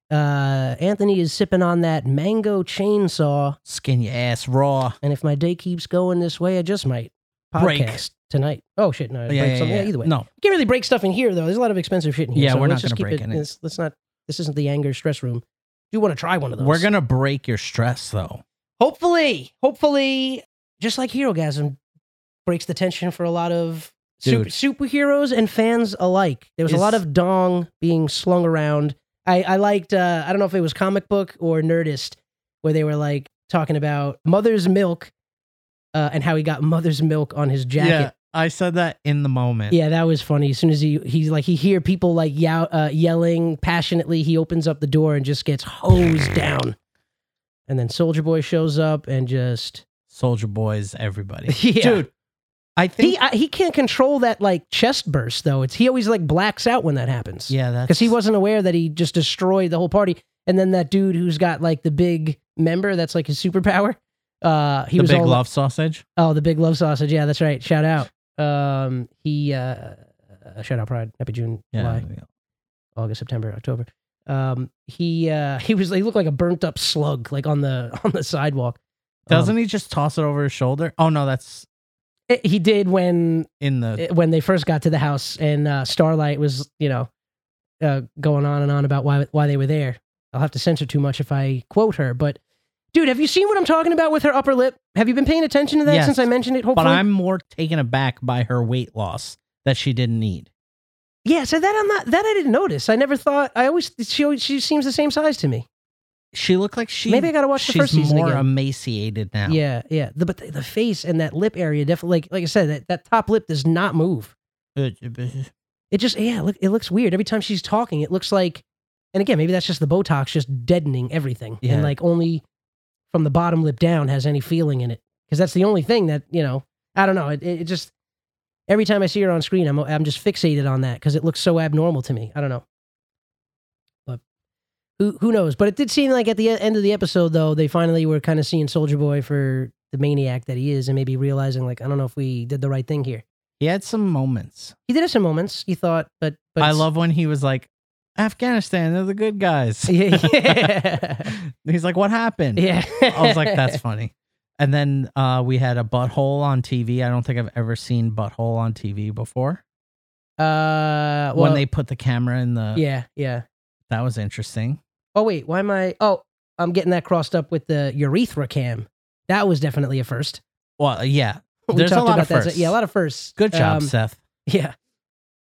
Speaker 4: Uh, Anthony is sipping on that mango chainsaw,
Speaker 5: Skin your ass raw.
Speaker 4: and if my day keeps going this way, I just might podcast
Speaker 5: Break.
Speaker 4: tonight. Oh shit! No, break something. either way,
Speaker 5: No.
Speaker 4: can't really break stuff in here though. There's a lot of expensive shit in here.
Speaker 5: Yeah,
Speaker 4: so
Speaker 5: we're
Speaker 4: let's
Speaker 5: not
Speaker 4: just
Speaker 5: gonna
Speaker 4: keep
Speaker 5: break any.
Speaker 4: Let's, let's not. This isn't the anger stress room. Do want to try one of those?
Speaker 5: We're going to break your stress, though.
Speaker 4: hopefully, hopefully, just like Hero Gasm breaks the tension for a lot of super,
Speaker 5: Dude.
Speaker 4: superheroes and fans alike. There was a
Speaker 5: Is-
Speaker 4: lot of dong being slung around. I, I liked, uh, I don't know if it was comic book or Nerdist, where they were like talking about mother's milk uh, and how he got mother's milk on his jacket.
Speaker 5: I said that in the moment.
Speaker 4: Yeah, that was funny. As soon as he he's like he hear people like yow, uh, yelling passionately, he opens up the door and just gets hosed down. And then Soldier Boy shows up and just
Speaker 5: Soldier Boys, <laughs> everybody.
Speaker 4: <laughs> Yeah.
Speaker 5: Dude, I think.
Speaker 4: he I, he can't control that like chest burst though. It's he always like blacks out when that happens.
Speaker 5: yeah, that's.
Speaker 4: because he wasn't aware that he just destroyed the whole party. And then that dude who's got like the big member that's like his superpower. Uh, he
Speaker 5: the
Speaker 4: was
Speaker 5: big
Speaker 4: all,
Speaker 5: love sausage.
Speaker 4: Oh, the big love sausage. Yeah, that's right. Shout out. Um, he uh, uh, shout out Pride. Happy June, July, August, September, October. Um, he uh, he was he looked like a burnt up slug like on the <laughs> on the sidewalk. Um,
Speaker 5: Doesn't he just toss it over his shoulder? Oh, no, that's
Speaker 4: it- Um, he did when
Speaker 5: in the.
Speaker 4: it- uh, when they first got to the house and uh, Starlight was, you know, uh, going on and on about why why they were there. I'll have to censor too much if I quote her, but dude, have you seen what I'm talking about with her upper lip? Have you been paying attention to that
Speaker 5: Yes,
Speaker 4: since I mentioned it? Hopefully,
Speaker 5: but I'm more taken aback by her weight loss that she didn't need.
Speaker 4: yeah. So that I'm not that I didn't notice. I never thought. I always she always, she seems the same size to me.
Speaker 5: She looked like she.
Speaker 4: Maybe I gotta watch the
Speaker 5: she's
Speaker 4: first season
Speaker 5: more
Speaker 4: again.
Speaker 5: emaciated now.
Speaker 4: Yeah, yeah. The, but the, the face and that lip area definitely, like like I said, that, that top lip does not move.
Speaker 5: Uh,
Speaker 4: It just yeah, look, it looks weird every time she's talking. It looks like, and again, maybe that's just the Botox just deadening everything,
Speaker 5: Yeah.
Speaker 4: and like only from the bottom lip down has any feeling in it because that's the only thing that you know. I don't know. It, it, it just every time I see her on screen, I'm I'm just fixated on that because it looks so abnormal to me. I don't know, but who who knows? But it did seem like at the e- end of the episode though, they finally were kind of seeing Soldier Boy for the maniac that he is, and maybe realizing like I don't know if we did the right thing here.
Speaker 5: He had some moments.
Speaker 4: He did have some moments. He thought, but but
Speaker 5: I love when he was like, Afghanistan, they're the good guys.
Speaker 4: <laughs> yeah. yeah.
Speaker 5: <laughs> He's like, What happened?
Speaker 4: yeah.
Speaker 5: I was like,
Speaker 4: <laughs>
Speaker 5: That's funny. And then uh, we had a butthole on TV. I don't think I've ever seen butthole on TV before.
Speaker 4: uh, well,
Speaker 5: when they put the camera in the.
Speaker 4: yeah, yeah.
Speaker 5: That was interesting.
Speaker 4: Oh wait, why am I? Oh, I'm getting that crossed up with the urethra cam. That was definitely a first.
Speaker 5: Well, yeah.
Speaker 4: We
Speaker 5: There's a
Speaker 4: talked
Speaker 5: lot
Speaker 4: about
Speaker 5: of
Speaker 4: that.
Speaker 5: firsts.
Speaker 4: Yeah, a lot of firsts.
Speaker 5: Good job,
Speaker 4: Um,
Speaker 5: Seth.
Speaker 4: yeah.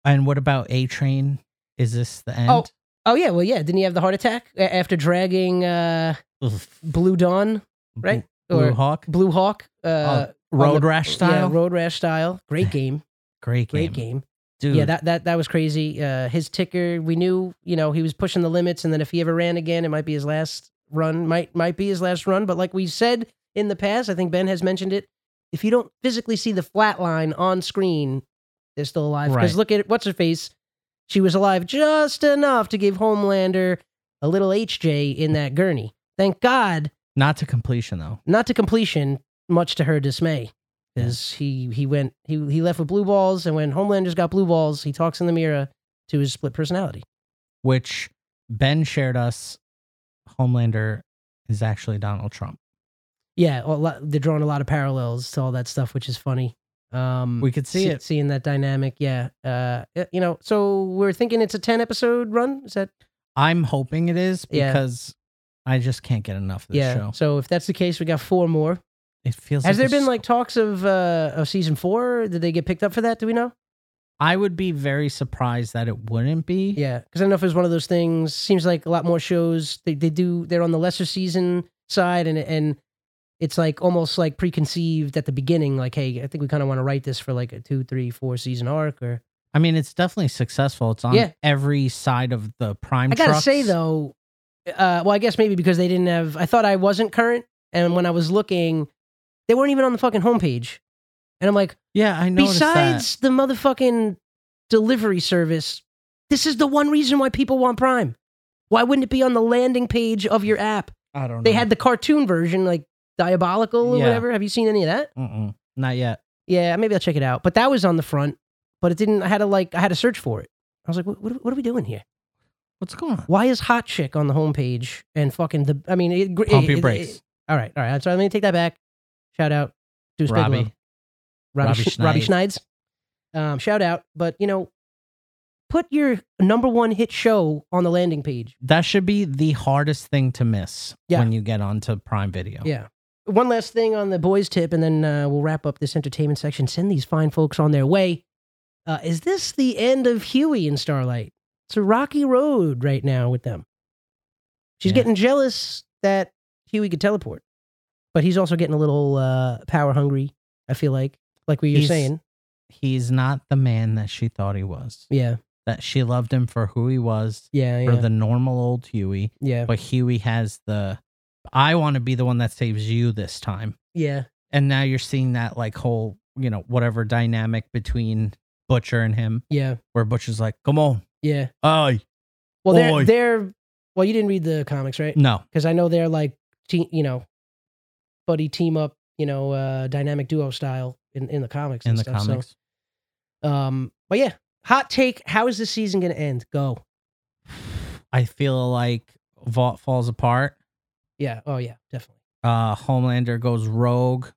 Speaker 5: And what about A Train? Is this the end?
Speaker 4: Oh. Oh yeah. Well, yeah. Didn't he have the heart attack a- after dragging uh,
Speaker 5: Oof.
Speaker 4: Blue Dawn right?
Speaker 5: Blue
Speaker 4: or
Speaker 5: Hawk?
Speaker 4: Blue Hawk? Uh, on
Speaker 5: Road
Speaker 4: the-
Speaker 5: Rash style?
Speaker 4: Yeah, Road Rash style. Great game.
Speaker 5: great game.
Speaker 4: Great game.
Speaker 5: Dude.
Speaker 4: Yeah, that, that that was crazy. Uh, his ticker, we knew, you know, he was pushing the limits, and then if he ever ran again, it might be his last run. Might might be his last run. But like we said in the past. I think Ben has mentioned it. If you don't physically see the flat line on screen, they're still alive. Because
Speaker 5: Right.
Speaker 4: look at what's her face. She was alive just enough to give Homelander a little HJ in that gurney. Thank God,
Speaker 5: Not to completion though.
Speaker 4: not to completion, much to her dismay. Because he he went he he left with blue balls, and when Homelander's got blue balls, he talks in the mirror to his split personality.
Speaker 5: Which Ben shared us. Homelander is actually Donald Trump.
Speaker 4: yeah a lot, they're drawing a lot of parallels to all that stuff which is funny um
Speaker 5: We could see it.
Speaker 4: seeing that dynamic yeah uh y- you know so we're thinking it's a 10 episode run is that
Speaker 5: I'm hoping it is
Speaker 4: Yeah.
Speaker 5: because I just can't get enough of this
Speaker 4: yeah
Speaker 5: show.
Speaker 4: so if that's the case we got four more
Speaker 5: It feels
Speaker 4: has
Speaker 5: like
Speaker 4: there
Speaker 5: a
Speaker 4: been
Speaker 5: s-
Speaker 4: like talks of uh of season four did they get picked up for that do we know
Speaker 5: I would be very surprised that it wouldn't be.
Speaker 4: yeah because i don't know if it was one of those things seems like a lot more shows they, they do they're on the lesser season side and and it's like almost like preconceived at the beginning like hey i think we kind of want to write this for like a two three four season arc or
Speaker 5: I mean, it's definitely successful. It's on
Speaker 4: Yeah.
Speaker 5: every side of the prime.
Speaker 4: I gotta
Speaker 5: trucks.
Speaker 4: say though, uh, well, I guess maybe because they didn't have. I thought I wasn't current, and when I was looking, they weren't even on the fucking homepage. And I'm like,
Speaker 5: yeah, I know.
Speaker 4: besides the motherfucking delivery service, this is the one reason why people want Prime. Why wouldn't it be on the landing page of your app?
Speaker 5: I don't know.
Speaker 4: They had the cartoon version, like diabolical or
Speaker 5: Uh-huh. Yeah.
Speaker 4: whatever. Have you seen any of that?
Speaker 5: Mm-mm, not yet.
Speaker 4: Yeah, maybe I'll check it out. But that was on the front, but it didn't. I had to like, I had to search for it. I was like, what, what, what are we doing here?
Speaker 5: What's going on?
Speaker 4: Why is hot chick on the homepage and fucking the? I mean, it, gr-
Speaker 5: Pump your
Speaker 4: it- it-
Speaker 5: brakes.
Speaker 4: it- all right, all right. I'm sorry. Let me take that back. Shout out, Deuce Biglow.
Speaker 5: Robbie.
Speaker 4: Robbie,
Speaker 5: Robbie
Speaker 4: Sch- Robbie Schneids. Um, shout out, but you know, put your number one hit show on the landing page.
Speaker 5: That should be the hardest thing to miss
Speaker 4: Yeah.
Speaker 5: when you get onto Prime Video.
Speaker 4: Yeah. One last thing on the boys' tip, and then uh, we'll wrap up this entertainment section. Send these fine folks on their way. Uh, is this the end of Huey and Starlight? It's a rocky road right now with them. She's
Speaker 5: Yeah.
Speaker 4: getting jealous that Huey could teleport, but he's also getting a little uh, power hungry. I feel like, like we were
Speaker 5: He's-
Speaker 4: saying,
Speaker 5: He's not the man that she thought he was.
Speaker 4: yeah,
Speaker 5: That she loved him for who he was,
Speaker 4: yeah, yeah,
Speaker 5: for the normal old Huey.
Speaker 4: yeah,
Speaker 5: But Huey has the, I want to be the one that saves you this time.
Speaker 4: yeah,
Speaker 5: And now you're seeing that like whole, you know, whatever dynamic between Butcher and him,
Speaker 4: yeah,
Speaker 5: where Butcher's like, come on,
Speaker 4: yeah.
Speaker 5: I
Speaker 4: Well,
Speaker 5: Boy.
Speaker 4: they're they're well. You didn't read the comics, right?
Speaker 5: No,
Speaker 4: because I know they're like, te- you know, buddy team up, you know, uh, dynamic duo style in, in the comics.
Speaker 5: in
Speaker 4: And
Speaker 5: the
Speaker 4: stuff,
Speaker 5: comics.
Speaker 4: So, um, but yeah, hot take. How is this season going to end? Go.
Speaker 5: I feel like Vault falls apart.
Speaker 4: Yeah. Oh yeah, definitely.
Speaker 5: Uh, Homelander goes rogue,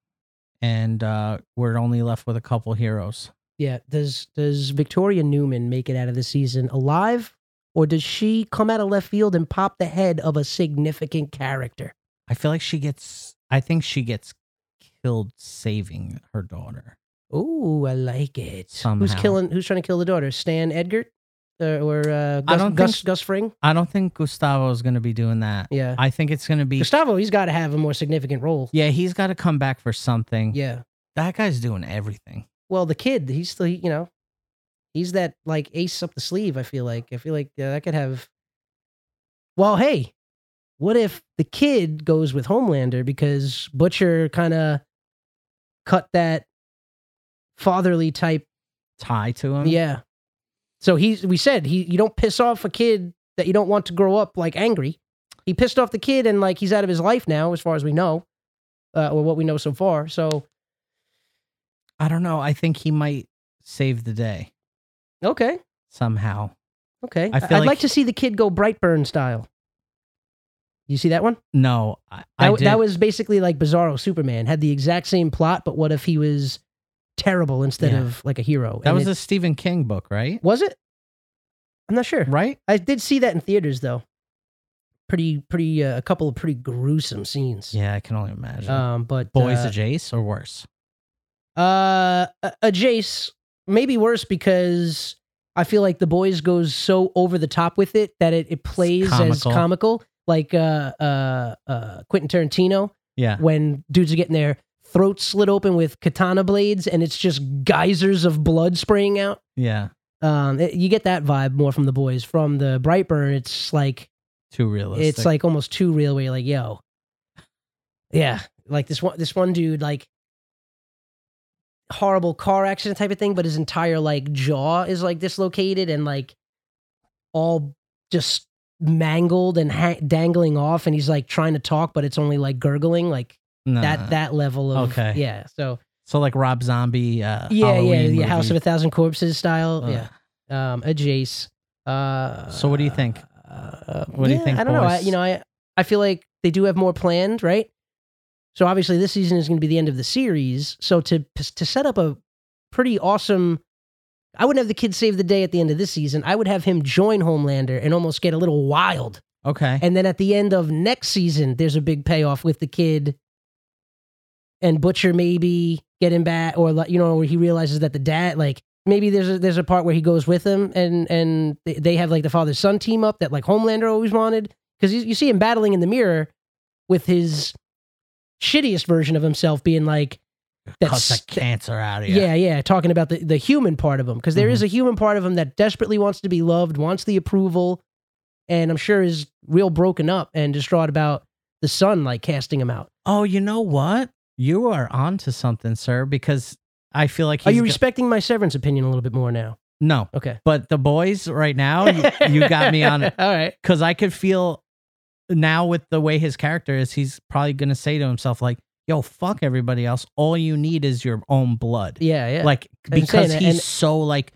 Speaker 5: and uh, we're only left with a couple heroes.
Speaker 4: Yeah. Does does Victoria Newman make it out of the season alive, or does she come out of left field and pop the head of a significant character?
Speaker 5: I feel like she gets. I think she gets killed saving her daughter.
Speaker 4: Ooh, I like it. Who's
Speaker 5: Somehow.
Speaker 4: killing? Who's trying to kill the daughter? Stan Edgert, uh, or uh, Gus,
Speaker 5: don't think
Speaker 4: Gus
Speaker 5: s-
Speaker 4: Gus Fring?
Speaker 5: I don't think Gustavo is going to be doing that.
Speaker 4: Yeah.
Speaker 5: I think it's going to be.
Speaker 4: Gustavo, he's got to have a more significant role.
Speaker 5: yeah, he's got to come back for something.
Speaker 4: yeah.
Speaker 5: That guy's doing everything.
Speaker 4: well, the kid, he's still, you know, he's that like ace up the sleeve. I feel like, I feel like uh, that could have. Well, hey, what if the kid goes with Homelander because Butcher kind of cut that fatherly type?
Speaker 5: Tie to him.
Speaker 4: Yeah. So he's, we said he, you don't piss off a kid that you don't want to grow up like angry. He pissed off the kid and like he's out of his life now, as far as we know, uh, or what we know so far. So
Speaker 5: I don't know. I think he might save the day
Speaker 4: okay.
Speaker 5: somehow.
Speaker 4: Okay.
Speaker 5: I
Speaker 4: I
Speaker 5: feel
Speaker 4: would like,
Speaker 5: like-
Speaker 4: to see the kid go Brightburn style. You see that one?
Speaker 5: No, I, I
Speaker 4: That,
Speaker 5: did.
Speaker 4: that was basically like Bizarro Superman had the exact same plot, but what if he was terrible instead
Speaker 5: Yeah.
Speaker 4: of like a hero?
Speaker 5: that
Speaker 4: And
Speaker 5: was
Speaker 4: it,
Speaker 5: a Stephen King book, right?
Speaker 4: was it? I'm not sure.
Speaker 5: Right.
Speaker 4: I did see that in theaters though. Pretty, pretty, uh, a couple of pretty gruesome scenes.
Speaker 5: Yeah, I can only imagine.
Speaker 4: Um, but
Speaker 5: Boys
Speaker 4: uh,
Speaker 5: of Jace or worse.
Speaker 4: Uh, a- a Jace, maybe worse because I feel like the boys goes so over the top with it that it, it plays as
Speaker 5: comical.
Speaker 4: comical, like uh, uh, uh, Quentin Tarantino
Speaker 5: Yeah.
Speaker 4: when dudes are getting their throats slit open with katana blades and it's just geysers of blood spraying out.
Speaker 5: Yeah.
Speaker 4: Um, it- you get that vibe more from the boys. From the Brightburn, it's like
Speaker 5: Too realistic.
Speaker 4: it's like almost too real. Where you're like, yo, yeah, like this one this one dude like horrible car accident type of thing but his entire like jaw is like dislocated and like all just mangled and ha- dangling off and he's like trying to talk but it's only like gurgling like
Speaker 5: No.
Speaker 4: that that level of
Speaker 5: Uh, Okay.
Speaker 4: yeah so
Speaker 5: so like Rob Zombie. Uh,
Speaker 4: yeah yeah
Speaker 5: Halloween
Speaker 4: yeah house of
Speaker 5: movie.
Speaker 4: a thousand corpses style
Speaker 5: Uh,
Speaker 4: yeah um a jace uh
Speaker 5: So what do you think?
Speaker 4: uh,
Speaker 5: What do you
Speaker 4: yeah,
Speaker 5: think,
Speaker 4: i don't know I,
Speaker 5: boys?
Speaker 4: you know i i feel like they do have more planned right so obviously this season is going to be the end of the series so to to set up a pretty awesome i wouldn't have the kid save the day at the end of this season i would have him join homelander and almost get a little wild
Speaker 5: Okay.
Speaker 4: and then at the end of next season, there's a big payoff with the kid and Butcher maybe getting back, or like, you know, where he realizes that the dad, like maybe there's a, there's a part where he goes with him, and and they- they have like the father son team up that like Homelander always wanted because you, you see him battling in the mirror with his shittiest version of himself being like
Speaker 5: Cut the cancer out of you.
Speaker 4: yeah, yeah, talking about the, the human part of him because
Speaker 5: Mm-hmm.
Speaker 4: there is a human part of him that desperately wants to be loved, wants the approval, and I'm sure is real broken up and distraught about the son like casting him out.
Speaker 5: Oh, you know what? You are onto something, sir. Because I feel like he's
Speaker 4: Are you
Speaker 5: go-
Speaker 4: respecting my Severance opinion a little bit more now?
Speaker 5: no.
Speaker 4: Okay.
Speaker 5: But the boys right now, Oh, you, you got me on it.
Speaker 4: <laughs> All right.
Speaker 5: because I could feel now with the way his character is, he's probably gonna say to himself like, "Yo, fuck everybody else. All you need is your own blood."
Speaker 4: Yeah, yeah,
Speaker 5: Like
Speaker 4: I'm saying
Speaker 5: because
Speaker 4: that,
Speaker 5: he's
Speaker 4: and-
Speaker 5: so like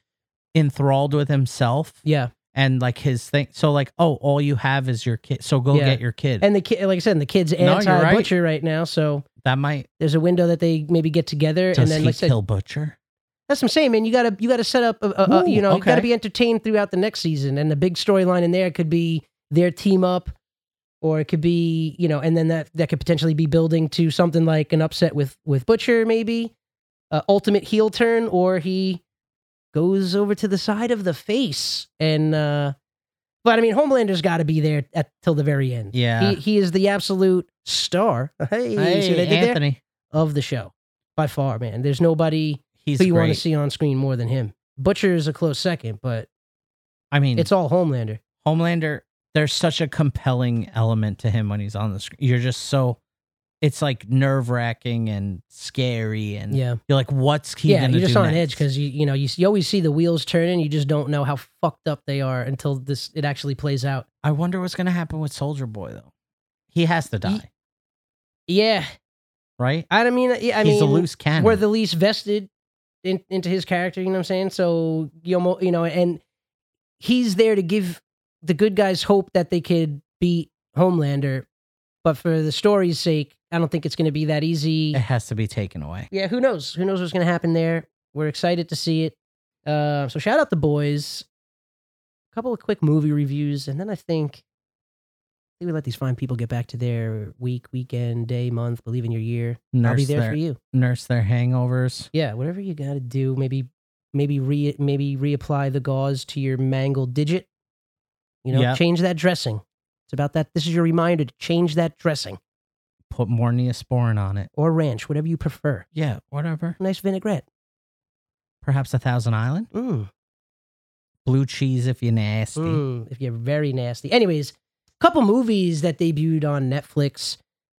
Speaker 5: enthralled with himself
Speaker 4: yeah.
Speaker 5: and like his thing. So like, oh, all you have is your kid. So go
Speaker 4: Yeah.
Speaker 5: get your kid.
Speaker 4: And the kid, like I said, the kid's
Speaker 5: you're right.
Speaker 4: anti butcher right. now, so
Speaker 5: that might
Speaker 4: there's a window that they maybe get together,
Speaker 5: does
Speaker 4: and then
Speaker 5: he
Speaker 4: like I said,
Speaker 5: kill Butcher?
Speaker 4: That's what I'm saying, man. You gotta you gotta set up. A, a, a-
Speaker 5: Ooh,
Speaker 4: you know, you
Speaker 5: okay.
Speaker 4: gotta be entertained throughout the next season, and the big storyline in there could be their team up, or it could be you know, and then that that could potentially be building to something like an upset with with Butcher, maybe uh, ultimate heel turn, or he goes over to the side of the face and. uh but I mean, Homelander's got to be there at till the very end.
Speaker 5: Yeah.
Speaker 4: he, he is the absolute star. <laughs> Hey, see what
Speaker 5: Hey,
Speaker 4: I did there?
Speaker 5: Anthony,
Speaker 4: of the show by far, man. There's nobody
Speaker 5: he's
Speaker 4: who you want
Speaker 5: great.
Speaker 4: to see on screen more than him. Butcher is a close second, but
Speaker 5: I mean,
Speaker 4: it's all Homelander.
Speaker 5: Homelander, there's such a compelling element to him when he's on the screen. You're just so, it's like nerve wracking and scary, and
Speaker 4: Yeah,
Speaker 5: you're like, what's he mm,
Speaker 4: yeah.
Speaker 5: gonna
Speaker 4: You're just
Speaker 5: do
Speaker 4: on
Speaker 5: next?
Speaker 4: edge because you you know you, you always see the wheels turning. You just don't know how fucked up they are until this it actually plays out.
Speaker 5: I wonder what's gonna happen with Soldier Boy though. He has to die,
Speaker 4: Yeah,
Speaker 5: right?
Speaker 4: I don't mean yeah, I
Speaker 5: he's
Speaker 4: mean
Speaker 5: a loose cannon.
Speaker 4: we're the least vested in, into his character. You know what I'm saying? So you almost, you know, and he's there to give the good guys hope that they could beat Homelander, but for the story's sake, I don't think it's going to be that easy.
Speaker 5: it has to be taken away.
Speaker 4: yeah, who knows? Who knows what's going to happen there? We're excited to see it. Uh, so shout out the boys. A couple of quick movie reviews, and then I think, I think we let these fine people get back to their week, weekend, day, month, believe in your year.
Speaker 5: Nurse
Speaker 4: I'll be there
Speaker 5: their,
Speaker 4: for you.
Speaker 5: Nurse their hangovers.
Speaker 4: Yeah, whatever you got to do, maybe maybe re maybe reapply the gauze to your mangled digit. You know,
Speaker 5: Yeah.
Speaker 4: change that dressing. It's about that. This is your reminder to change that dressing
Speaker 5: Put more Neosporin on it.
Speaker 4: or ranch, whatever you prefer.
Speaker 5: Yeah, whatever.
Speaker 4: Nice vinaigrette.
Speaker 5: Perhaps a Thousand Island.
Speaker 4: Mm.
Speaker 5: Blue cheese if you're nasty.
Speaker 4: Mm, if you're very nasty. Anyways, couple movies that debuted on Netflix.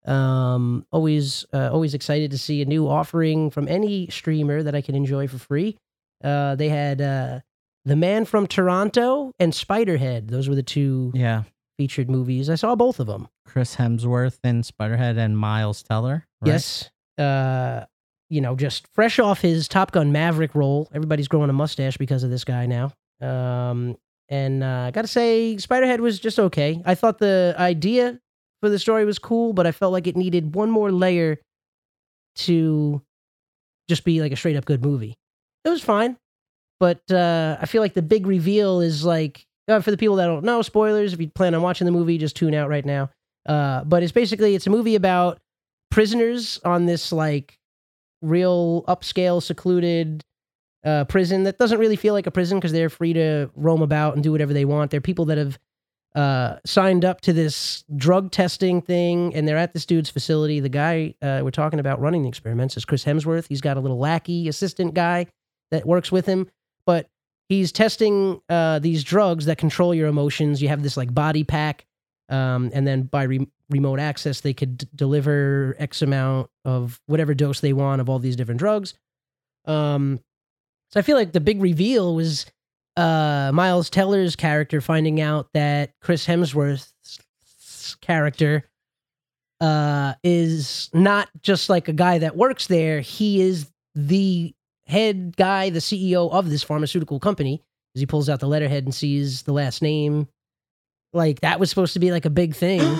Speaker 4: Um, always, uh, always excited to see a new offering from any streamer that I can enjoy for free. Uh, they had uh, The Man from Toronto and Spiderhead. Those were the two
Speaker 5: Yeah.
Speaker 4: featured movies. I saw both of them.
Speaker 5: Chris Hemsworth in Spiderhead and Miles Teller. right?
Speaker 4: Yes. Uh, you know, just fresh off his Top Gun Maverick role. Everybody's growing a mustache because of this guy now. Um, and uh, I got to say, Spiderhead was just okay. I thought the idea for the story was cool, but I felt like it needed one more layer to just be like a straight up good movie. It was fine, but uh, I feel like the big reveal is like uh, for the people that don't know, spoilers. If you plan on watching the movie, just tune out right now. Uh, but it's basically it's a movie about prisoners on this like real upscale secluded uh, prison that doesn't really feel like a prison because they're free to roam about and do whatever they want. They're people that have uh, signed up to this drug testing thing and they're at this dude's facility. The guy uh, we're talking about running the experiments is Chris Hemsworth. He's got a little lackey assistant guy that works with him, but he's testing uh, these drugs that control your emotions. You have this like body pack. Um, and then by re- remote access. They could d- deliver X amount of whatever dose they want of all these different drugs. Um, so I feel like the big reveal was uh, Miles Teller's character finding out that Chris Hemsworth's character uh, is not just like a guy that works there. He is the head guy, the CEO of this pharmaceutical company. As he pulls out the letterhead and sees the last name, like that was supposed to be like a big thing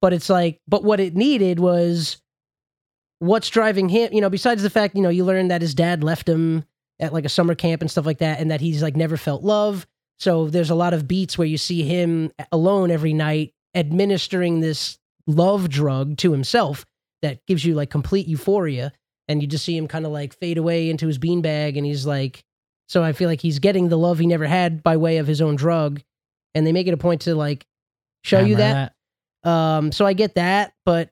Speaker 4: but it's like but what it needed was what's driving him you know besides the fact you know you learn that his dad left him at like a summer camp and stuff like that and that he's like never felt love so there's a lot of beats where you see him alone every night administering this love drug to himself that gives you like complete euphoria and you just see him kind of like fade away into his beanbag and he's like so i feel like he's getting the love he never had by way of his own drug and they make it a point to like show you
Speaker 5: Hammer
Speaker 4: that um, so I get that, but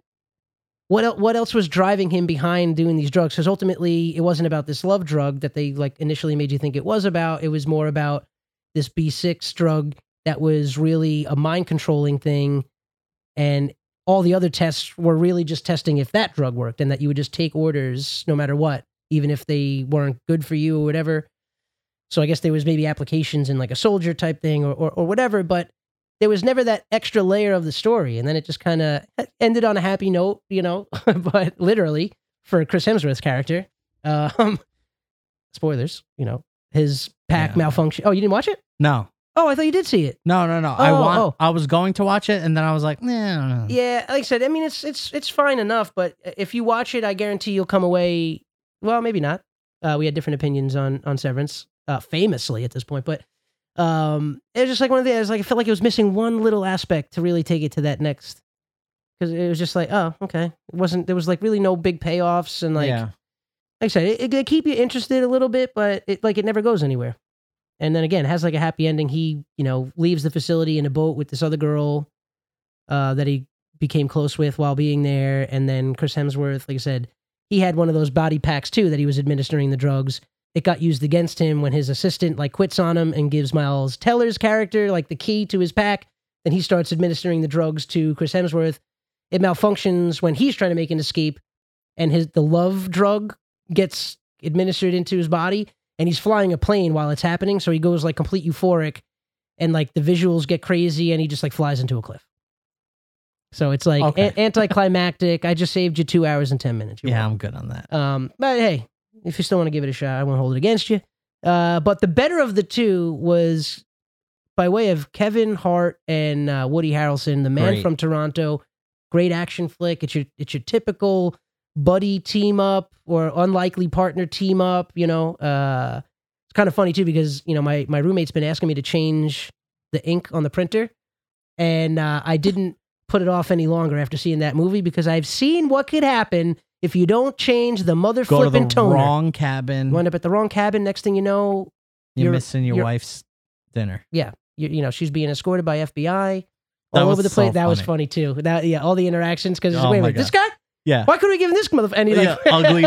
Speaker 4: what el- what else was driving him behind doing these drugs? Because ultimately, it wasn't about this love drug that they like initially made you think it was about. It was more about this B six drug that was really a mind controlling thing, and all the other tests were really just testing if that drug worked and that you would just take orders no matter what, even if they weren't good for you or whatever. So I guess there was maybe applications in like a soldier type thing or or, or whatever, but there was never that extra layer of the story and then it just kind of <laughs> ended on a happy note you know <laughs> but literally for chris hemsworth's character um <laughs> spoilers you know his pack
Speaker 5: Yeah.
Speaker 4: malfunction oh you didn't watch it
Speaker 5: No,
Speaker 4: oh i thought you did see it
Speaker 5: no, no, no. I
Speaker 4: Oh,
Speaker 5: want.
Speaker 4: oh.
Speaker 5: I was going to watch it, and then I was like, nah.
Speaker 4: yeah like i said i mean it's it's it's fine enough but if you watch it i guarantee you'll come away well maybe not uh, we had different opinions on on severance uh famously at this point but um it was just like one of the I was like i felt like it was missing one little aspect to really take it to that next because it was just like oh okay it wasn't there was like really no big payoffs and like
Speaker 5: yeah.
Speaker 4: like I said, it, it, they keep you interested a little bit, but it like it never goes anywhere. And then again, it has like a happy ending. He, you know, leaves the facility in a boat with this other girl uh, that he became close with while being there. And then Chris Hemsworth, like I said, he had one of those body packs too that he was administering the drugs. It got used against him when his assistant like quits on him and gives Miles Teller's character like the key to his pack. Then he starts administering the drugs to Chris Hemsworth. It malfunctions when he's trying to make an escape, and his the love drug gets administered into his body and he's flying a plane while it's happening so he goes like complete euphoric and like the visuals get crazy and he just like flies into a cliff so it's like
Speaker 5: Okay.
Speaker 4: a- anticlimactic i just saved you two hours and ten minutes You're
Speaker 5: Yeah,
Speaker 4: welcome.
Speaker 5: I'm good on that.
Speaker 4: um but hey if you still want to give it a shot i won't hold it against you uh but the better of the two was by way of kevin hart and uh, woody harrelson the man
Speaker 5: Great.
Speaker 4: from toronto great action flick it's your it's your typical buddy team up or unlikely partner team up. You know, uh, it's kind of funny too because you know my my roommate's been asking me to change the ink on the printer, and uh, I didn't put it off any longer after seeing that movie because I've seen what could happen if you don't change the mother
Speaker 5: Go to the
Speaker 4: flipping toner.
Speaker 5: wrong cabin.
Speaker 4: you end up at the wrong cabin. Next thing you know,
Speaker 5: you're,
Speaker 4: you're-
Speaker 5: missing your
Speaker 4: you're-
Speaker 5: wife's dinner.
Speaker 4: you, you know she's being escorted by FBI
Speaker 5: That
Speaker 4: all
Speaker 5: was
Speaker 4: over the place.
Speaker 5: so
Speaker 4: that was
Speaker 5: funny.
Speaker 4: funny too. That yeah, all the interactions because
Speaker 5: Oh
Speaker 4: wait, a
Speaker 5: my
Speaker 4: minute, this
Speaker 5: God.
Speaker 4: guy.
Speaker 5: Yeah.
Speaker 4: Why could we give him this motherfucker? And he like
Speaker 5: Yeah, ugly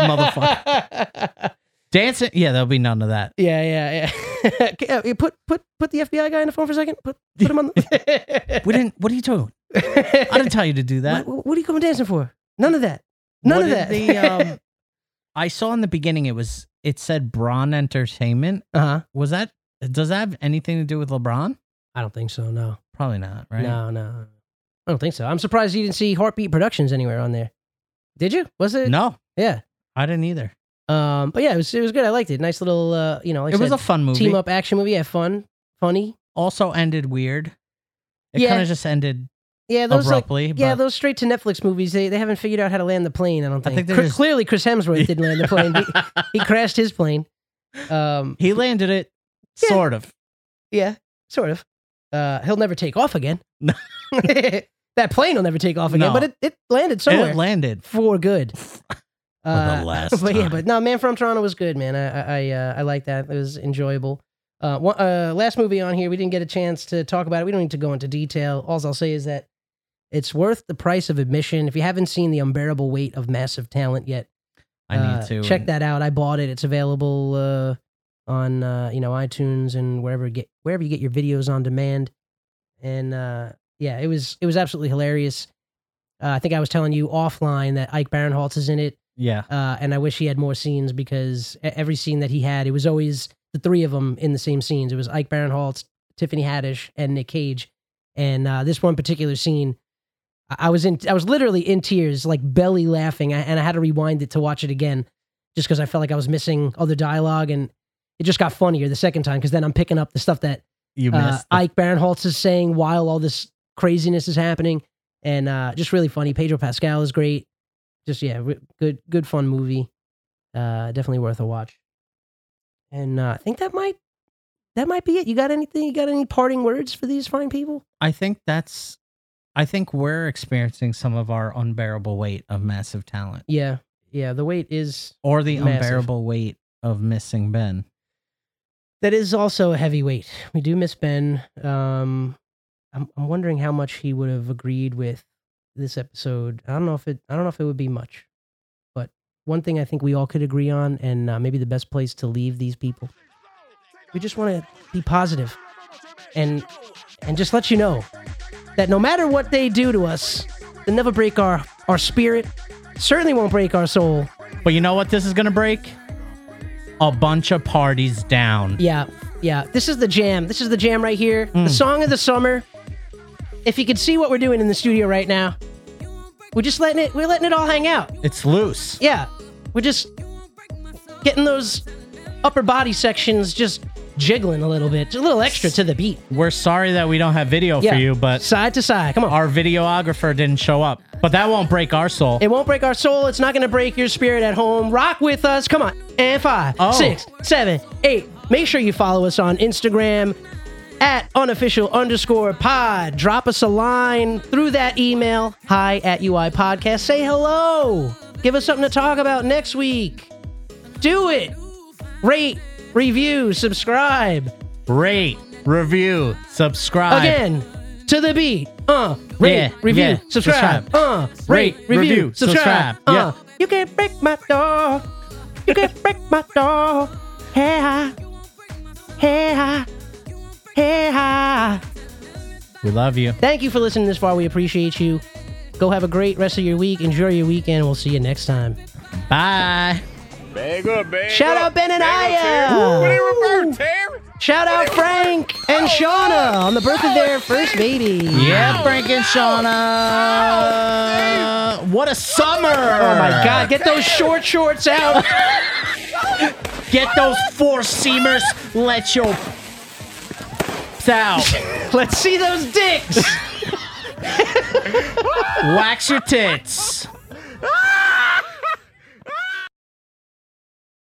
Speaker 5: motherfucker. Dancing. Yeah, there'll be none of that.
Speaker 4: <laughs> Yeah, yeah, yeah. <laughs> Okay, uh, you put put put the FBI guy on the phone for a second. Put put him on. The- <laughs>
Speaker 5: We didn't. What are you doing? <laughs> I didn't tell you to do that.
Speaker 4: What, what are you coming dancing for? None of that. <laughs> None
Speaker 5: What
Speaker 4: of
Speaker 5: did
Speaker 4: that.
Speaker 5: The,
Speaker 4: <laughs>
Speaker 5: um, <laughs> I saw in the beginning it was it said Braun Entertainment.
Speaker 4: uh huh.
Speaker 5: Was that does that have anything to do with LeBron?
Speaker 4: I don't think so. No.
Speaker 5: Probably not, right?
Speaker 4: No. No. I don't think so. I'm surprised you didn't see Heartbeat Productions anywhere on there. Did you? Was it?
Speaker 5: No,
Speaker 4: Yeah.
Speaker 5: I didn't either.
Speaker 4: Um. But yeah, it was it was good. I liked it. Nice little uh. You know, like I
Speaker 5: it was
Speaker 4: said,
Speaker 5: a fun movie.
Speaker 4: team up action movie. Yeah, fun, funny.
Speaker 5: Also ended weird. It
Speaker 4: Yeah.
Speaker 5: kind of just ended
Speaker 4: Yeah, those like
Speaker 5: abruptly.
Speaker 4: Yeah,
Speaker 5: but
Speaker 4: those straight to Netflix movies, they, they haven't figured out how to land the plane, I don't
Speaker 5: I
Speaker 4: think.
Speaker 5: think they're
Speaker 4: Cr-
Speaker 5: just-
Speaker 4: Clearly, Chris <laughs> Hemsworth didn't land the plane. He, he crashed his plane. Um,
Speaker 5: he landed it
Speaker 4: Yeah.
Speaker 5: sort of.
Speaker 4: yeah, sort of. Uh, he'll never take off again.
Speaker 5: <laughs> No.
Speaker 4: <laughs> that plane will never take off again,
Speaker 5: No.
Speaker 4: but it, it landed somewhere
Speaker 5: It landed. <laughs>
Speaker 4: for good. <laughs> Uh,
Speaker 5: the last
Speaker 4: but yeah,
Speaker 5: time.
Speaker 4: but no, Man from Toronto was good, man. I I I, uh, I like that. It was enjoyable. Uh, one, uh, last movie on here, we didn't get a chance to talk about it. We don't need to go into detail. All I'll say is that it's worth the price of admission. If you haven't seen the unbearable weight of massive talent yet,
Speaker 5: I need
Speaker 4: uh,
Speaker 5: to
Speaker 4: check that out. I bought it. It's available uh, on uh, you know iTunes and wherever get wherever you get your videos on demand. And uh, yeah, it was it was absolutely hilarious. Uh, I think I was telling you offline that Ike Barinholtz is in it,
Speaker 5: Yeah.
Speaker 4: uh, and I wish he had more scenes because e- every scene that he had, it was always the three of them in the same scenes. It was Ike Barinholtz, Tiffany Haddish, and Nick Cage. And uh, this one particular scene, I-, I was in, I was literally in tears, like belly laughing, I- and I had to rewind it to watch it again, just because I felt like I was missing other dialogue, and it just got funnier the second time because then I'm picking up the stuff that
Speaker 5: You
Speaker 4: uh,
Speaker 5: missed. the-
Speaker 4: Ike Barinholtz is saying while all this craziness is happening, and uh, just really funny. Pedro Pascal is great. Just yeah, re- good, good fun movie. Uh, definitely worth a watch. And uh, I think that might that might be it. You got anything? You got any parting words for these fine people?
Speaker 5: I think that's. I think we're experiencing some of our unbearable weight of massive talent,
Speaker 4: Yeah, yeah. The weight is
Speaker 5: or the
Speaker 4: Massive.
Speaker 5: unbearable weight of missing Ben.
Speaker 4: that is also a heavy weight. We do miss Ben. Um, I'm I'm wondering how much he would have agreed with this episode. I don't know if it I don't know if it would be much, but one thing I think we all could agree on, and uh, maybe the best place to leave these people, we just want to be positive, and and just let you know that no matter what they do to us, they never break our our spirit. Certainly won't break our soul.
Speaker 5: But you know what? This is gonna break a bunch of parties down.
Speaker 4: Yeah, yeah. This is the jam. This is the jam right here. The song of the summer. If you could see what we're doing in the studio right now, we're just letting it. We're letting it all hang out.
Speaker 5: It's loose.
Speaker 4: Yeah, we're just getting those upper body sections just jiggling a little bit, just a little extra to the beat.
Speaker 5: We're sorry that we don't have video
Speaker 4: Yeah,
Speaker 5: for you, but
Speaker 4: side to side. Come on.
Speaker 5: our videographer didn't show up. But that won't break our soul.
Speaker 4: It won't break our soul. It's not going to break your spirit at home. Rock with us. Come on. And five,
Speaker 5: Oh.
Speaker 4: six, seven, eight. Make sure you follow us on Instagram at unofficial underscore pod. Drop us a line through that email. Hi at UI podcast. Say hello. Give us something to talk about next week. Do it. Rate, review, subscribe.
Speaker 5: Rate, review, subscribe.
Speaker 4: Again, to the beat. Uh, rate,
Speaker 5: Yeah,
Speaker 4: review,
Speaker 5: yeah,
Speaker 4: subscribe.
Speaker 5: subscribe.
Speaker 4: Uh, rate,
Speaker 5: Rate,
Speaker 4: review,
Speaker 5: review,
Speaker 4: subscribe.
Speaker 5: subscribe.
Speaker 4: Uh, you can't break my door. You can't break my door. Hey, hi. Hey, hi. Hey, hi.
Speaker 5: We love you.
Speaker 4: Thank you for listening this far. We appreciate you. Go have a great rest of your week. Enjoy your weekend. We'll see you next time.
Speaker 5: Bye.
Speaker 3: Bang up, bang
Speaker 4: Shout out Ben and Aya. Shout out Frank and Shauna on the birth of their first baby.
Speaker 5: Yeah, Frank and Shauna. What a summer.
Speaker 4: Oh my God, get those short shorts out.
Speaker 5: Get those four seamers. Let your f- out.
Speaker 4: <laughs> Let's see those dicks.
Speaker 5: Wax your tits.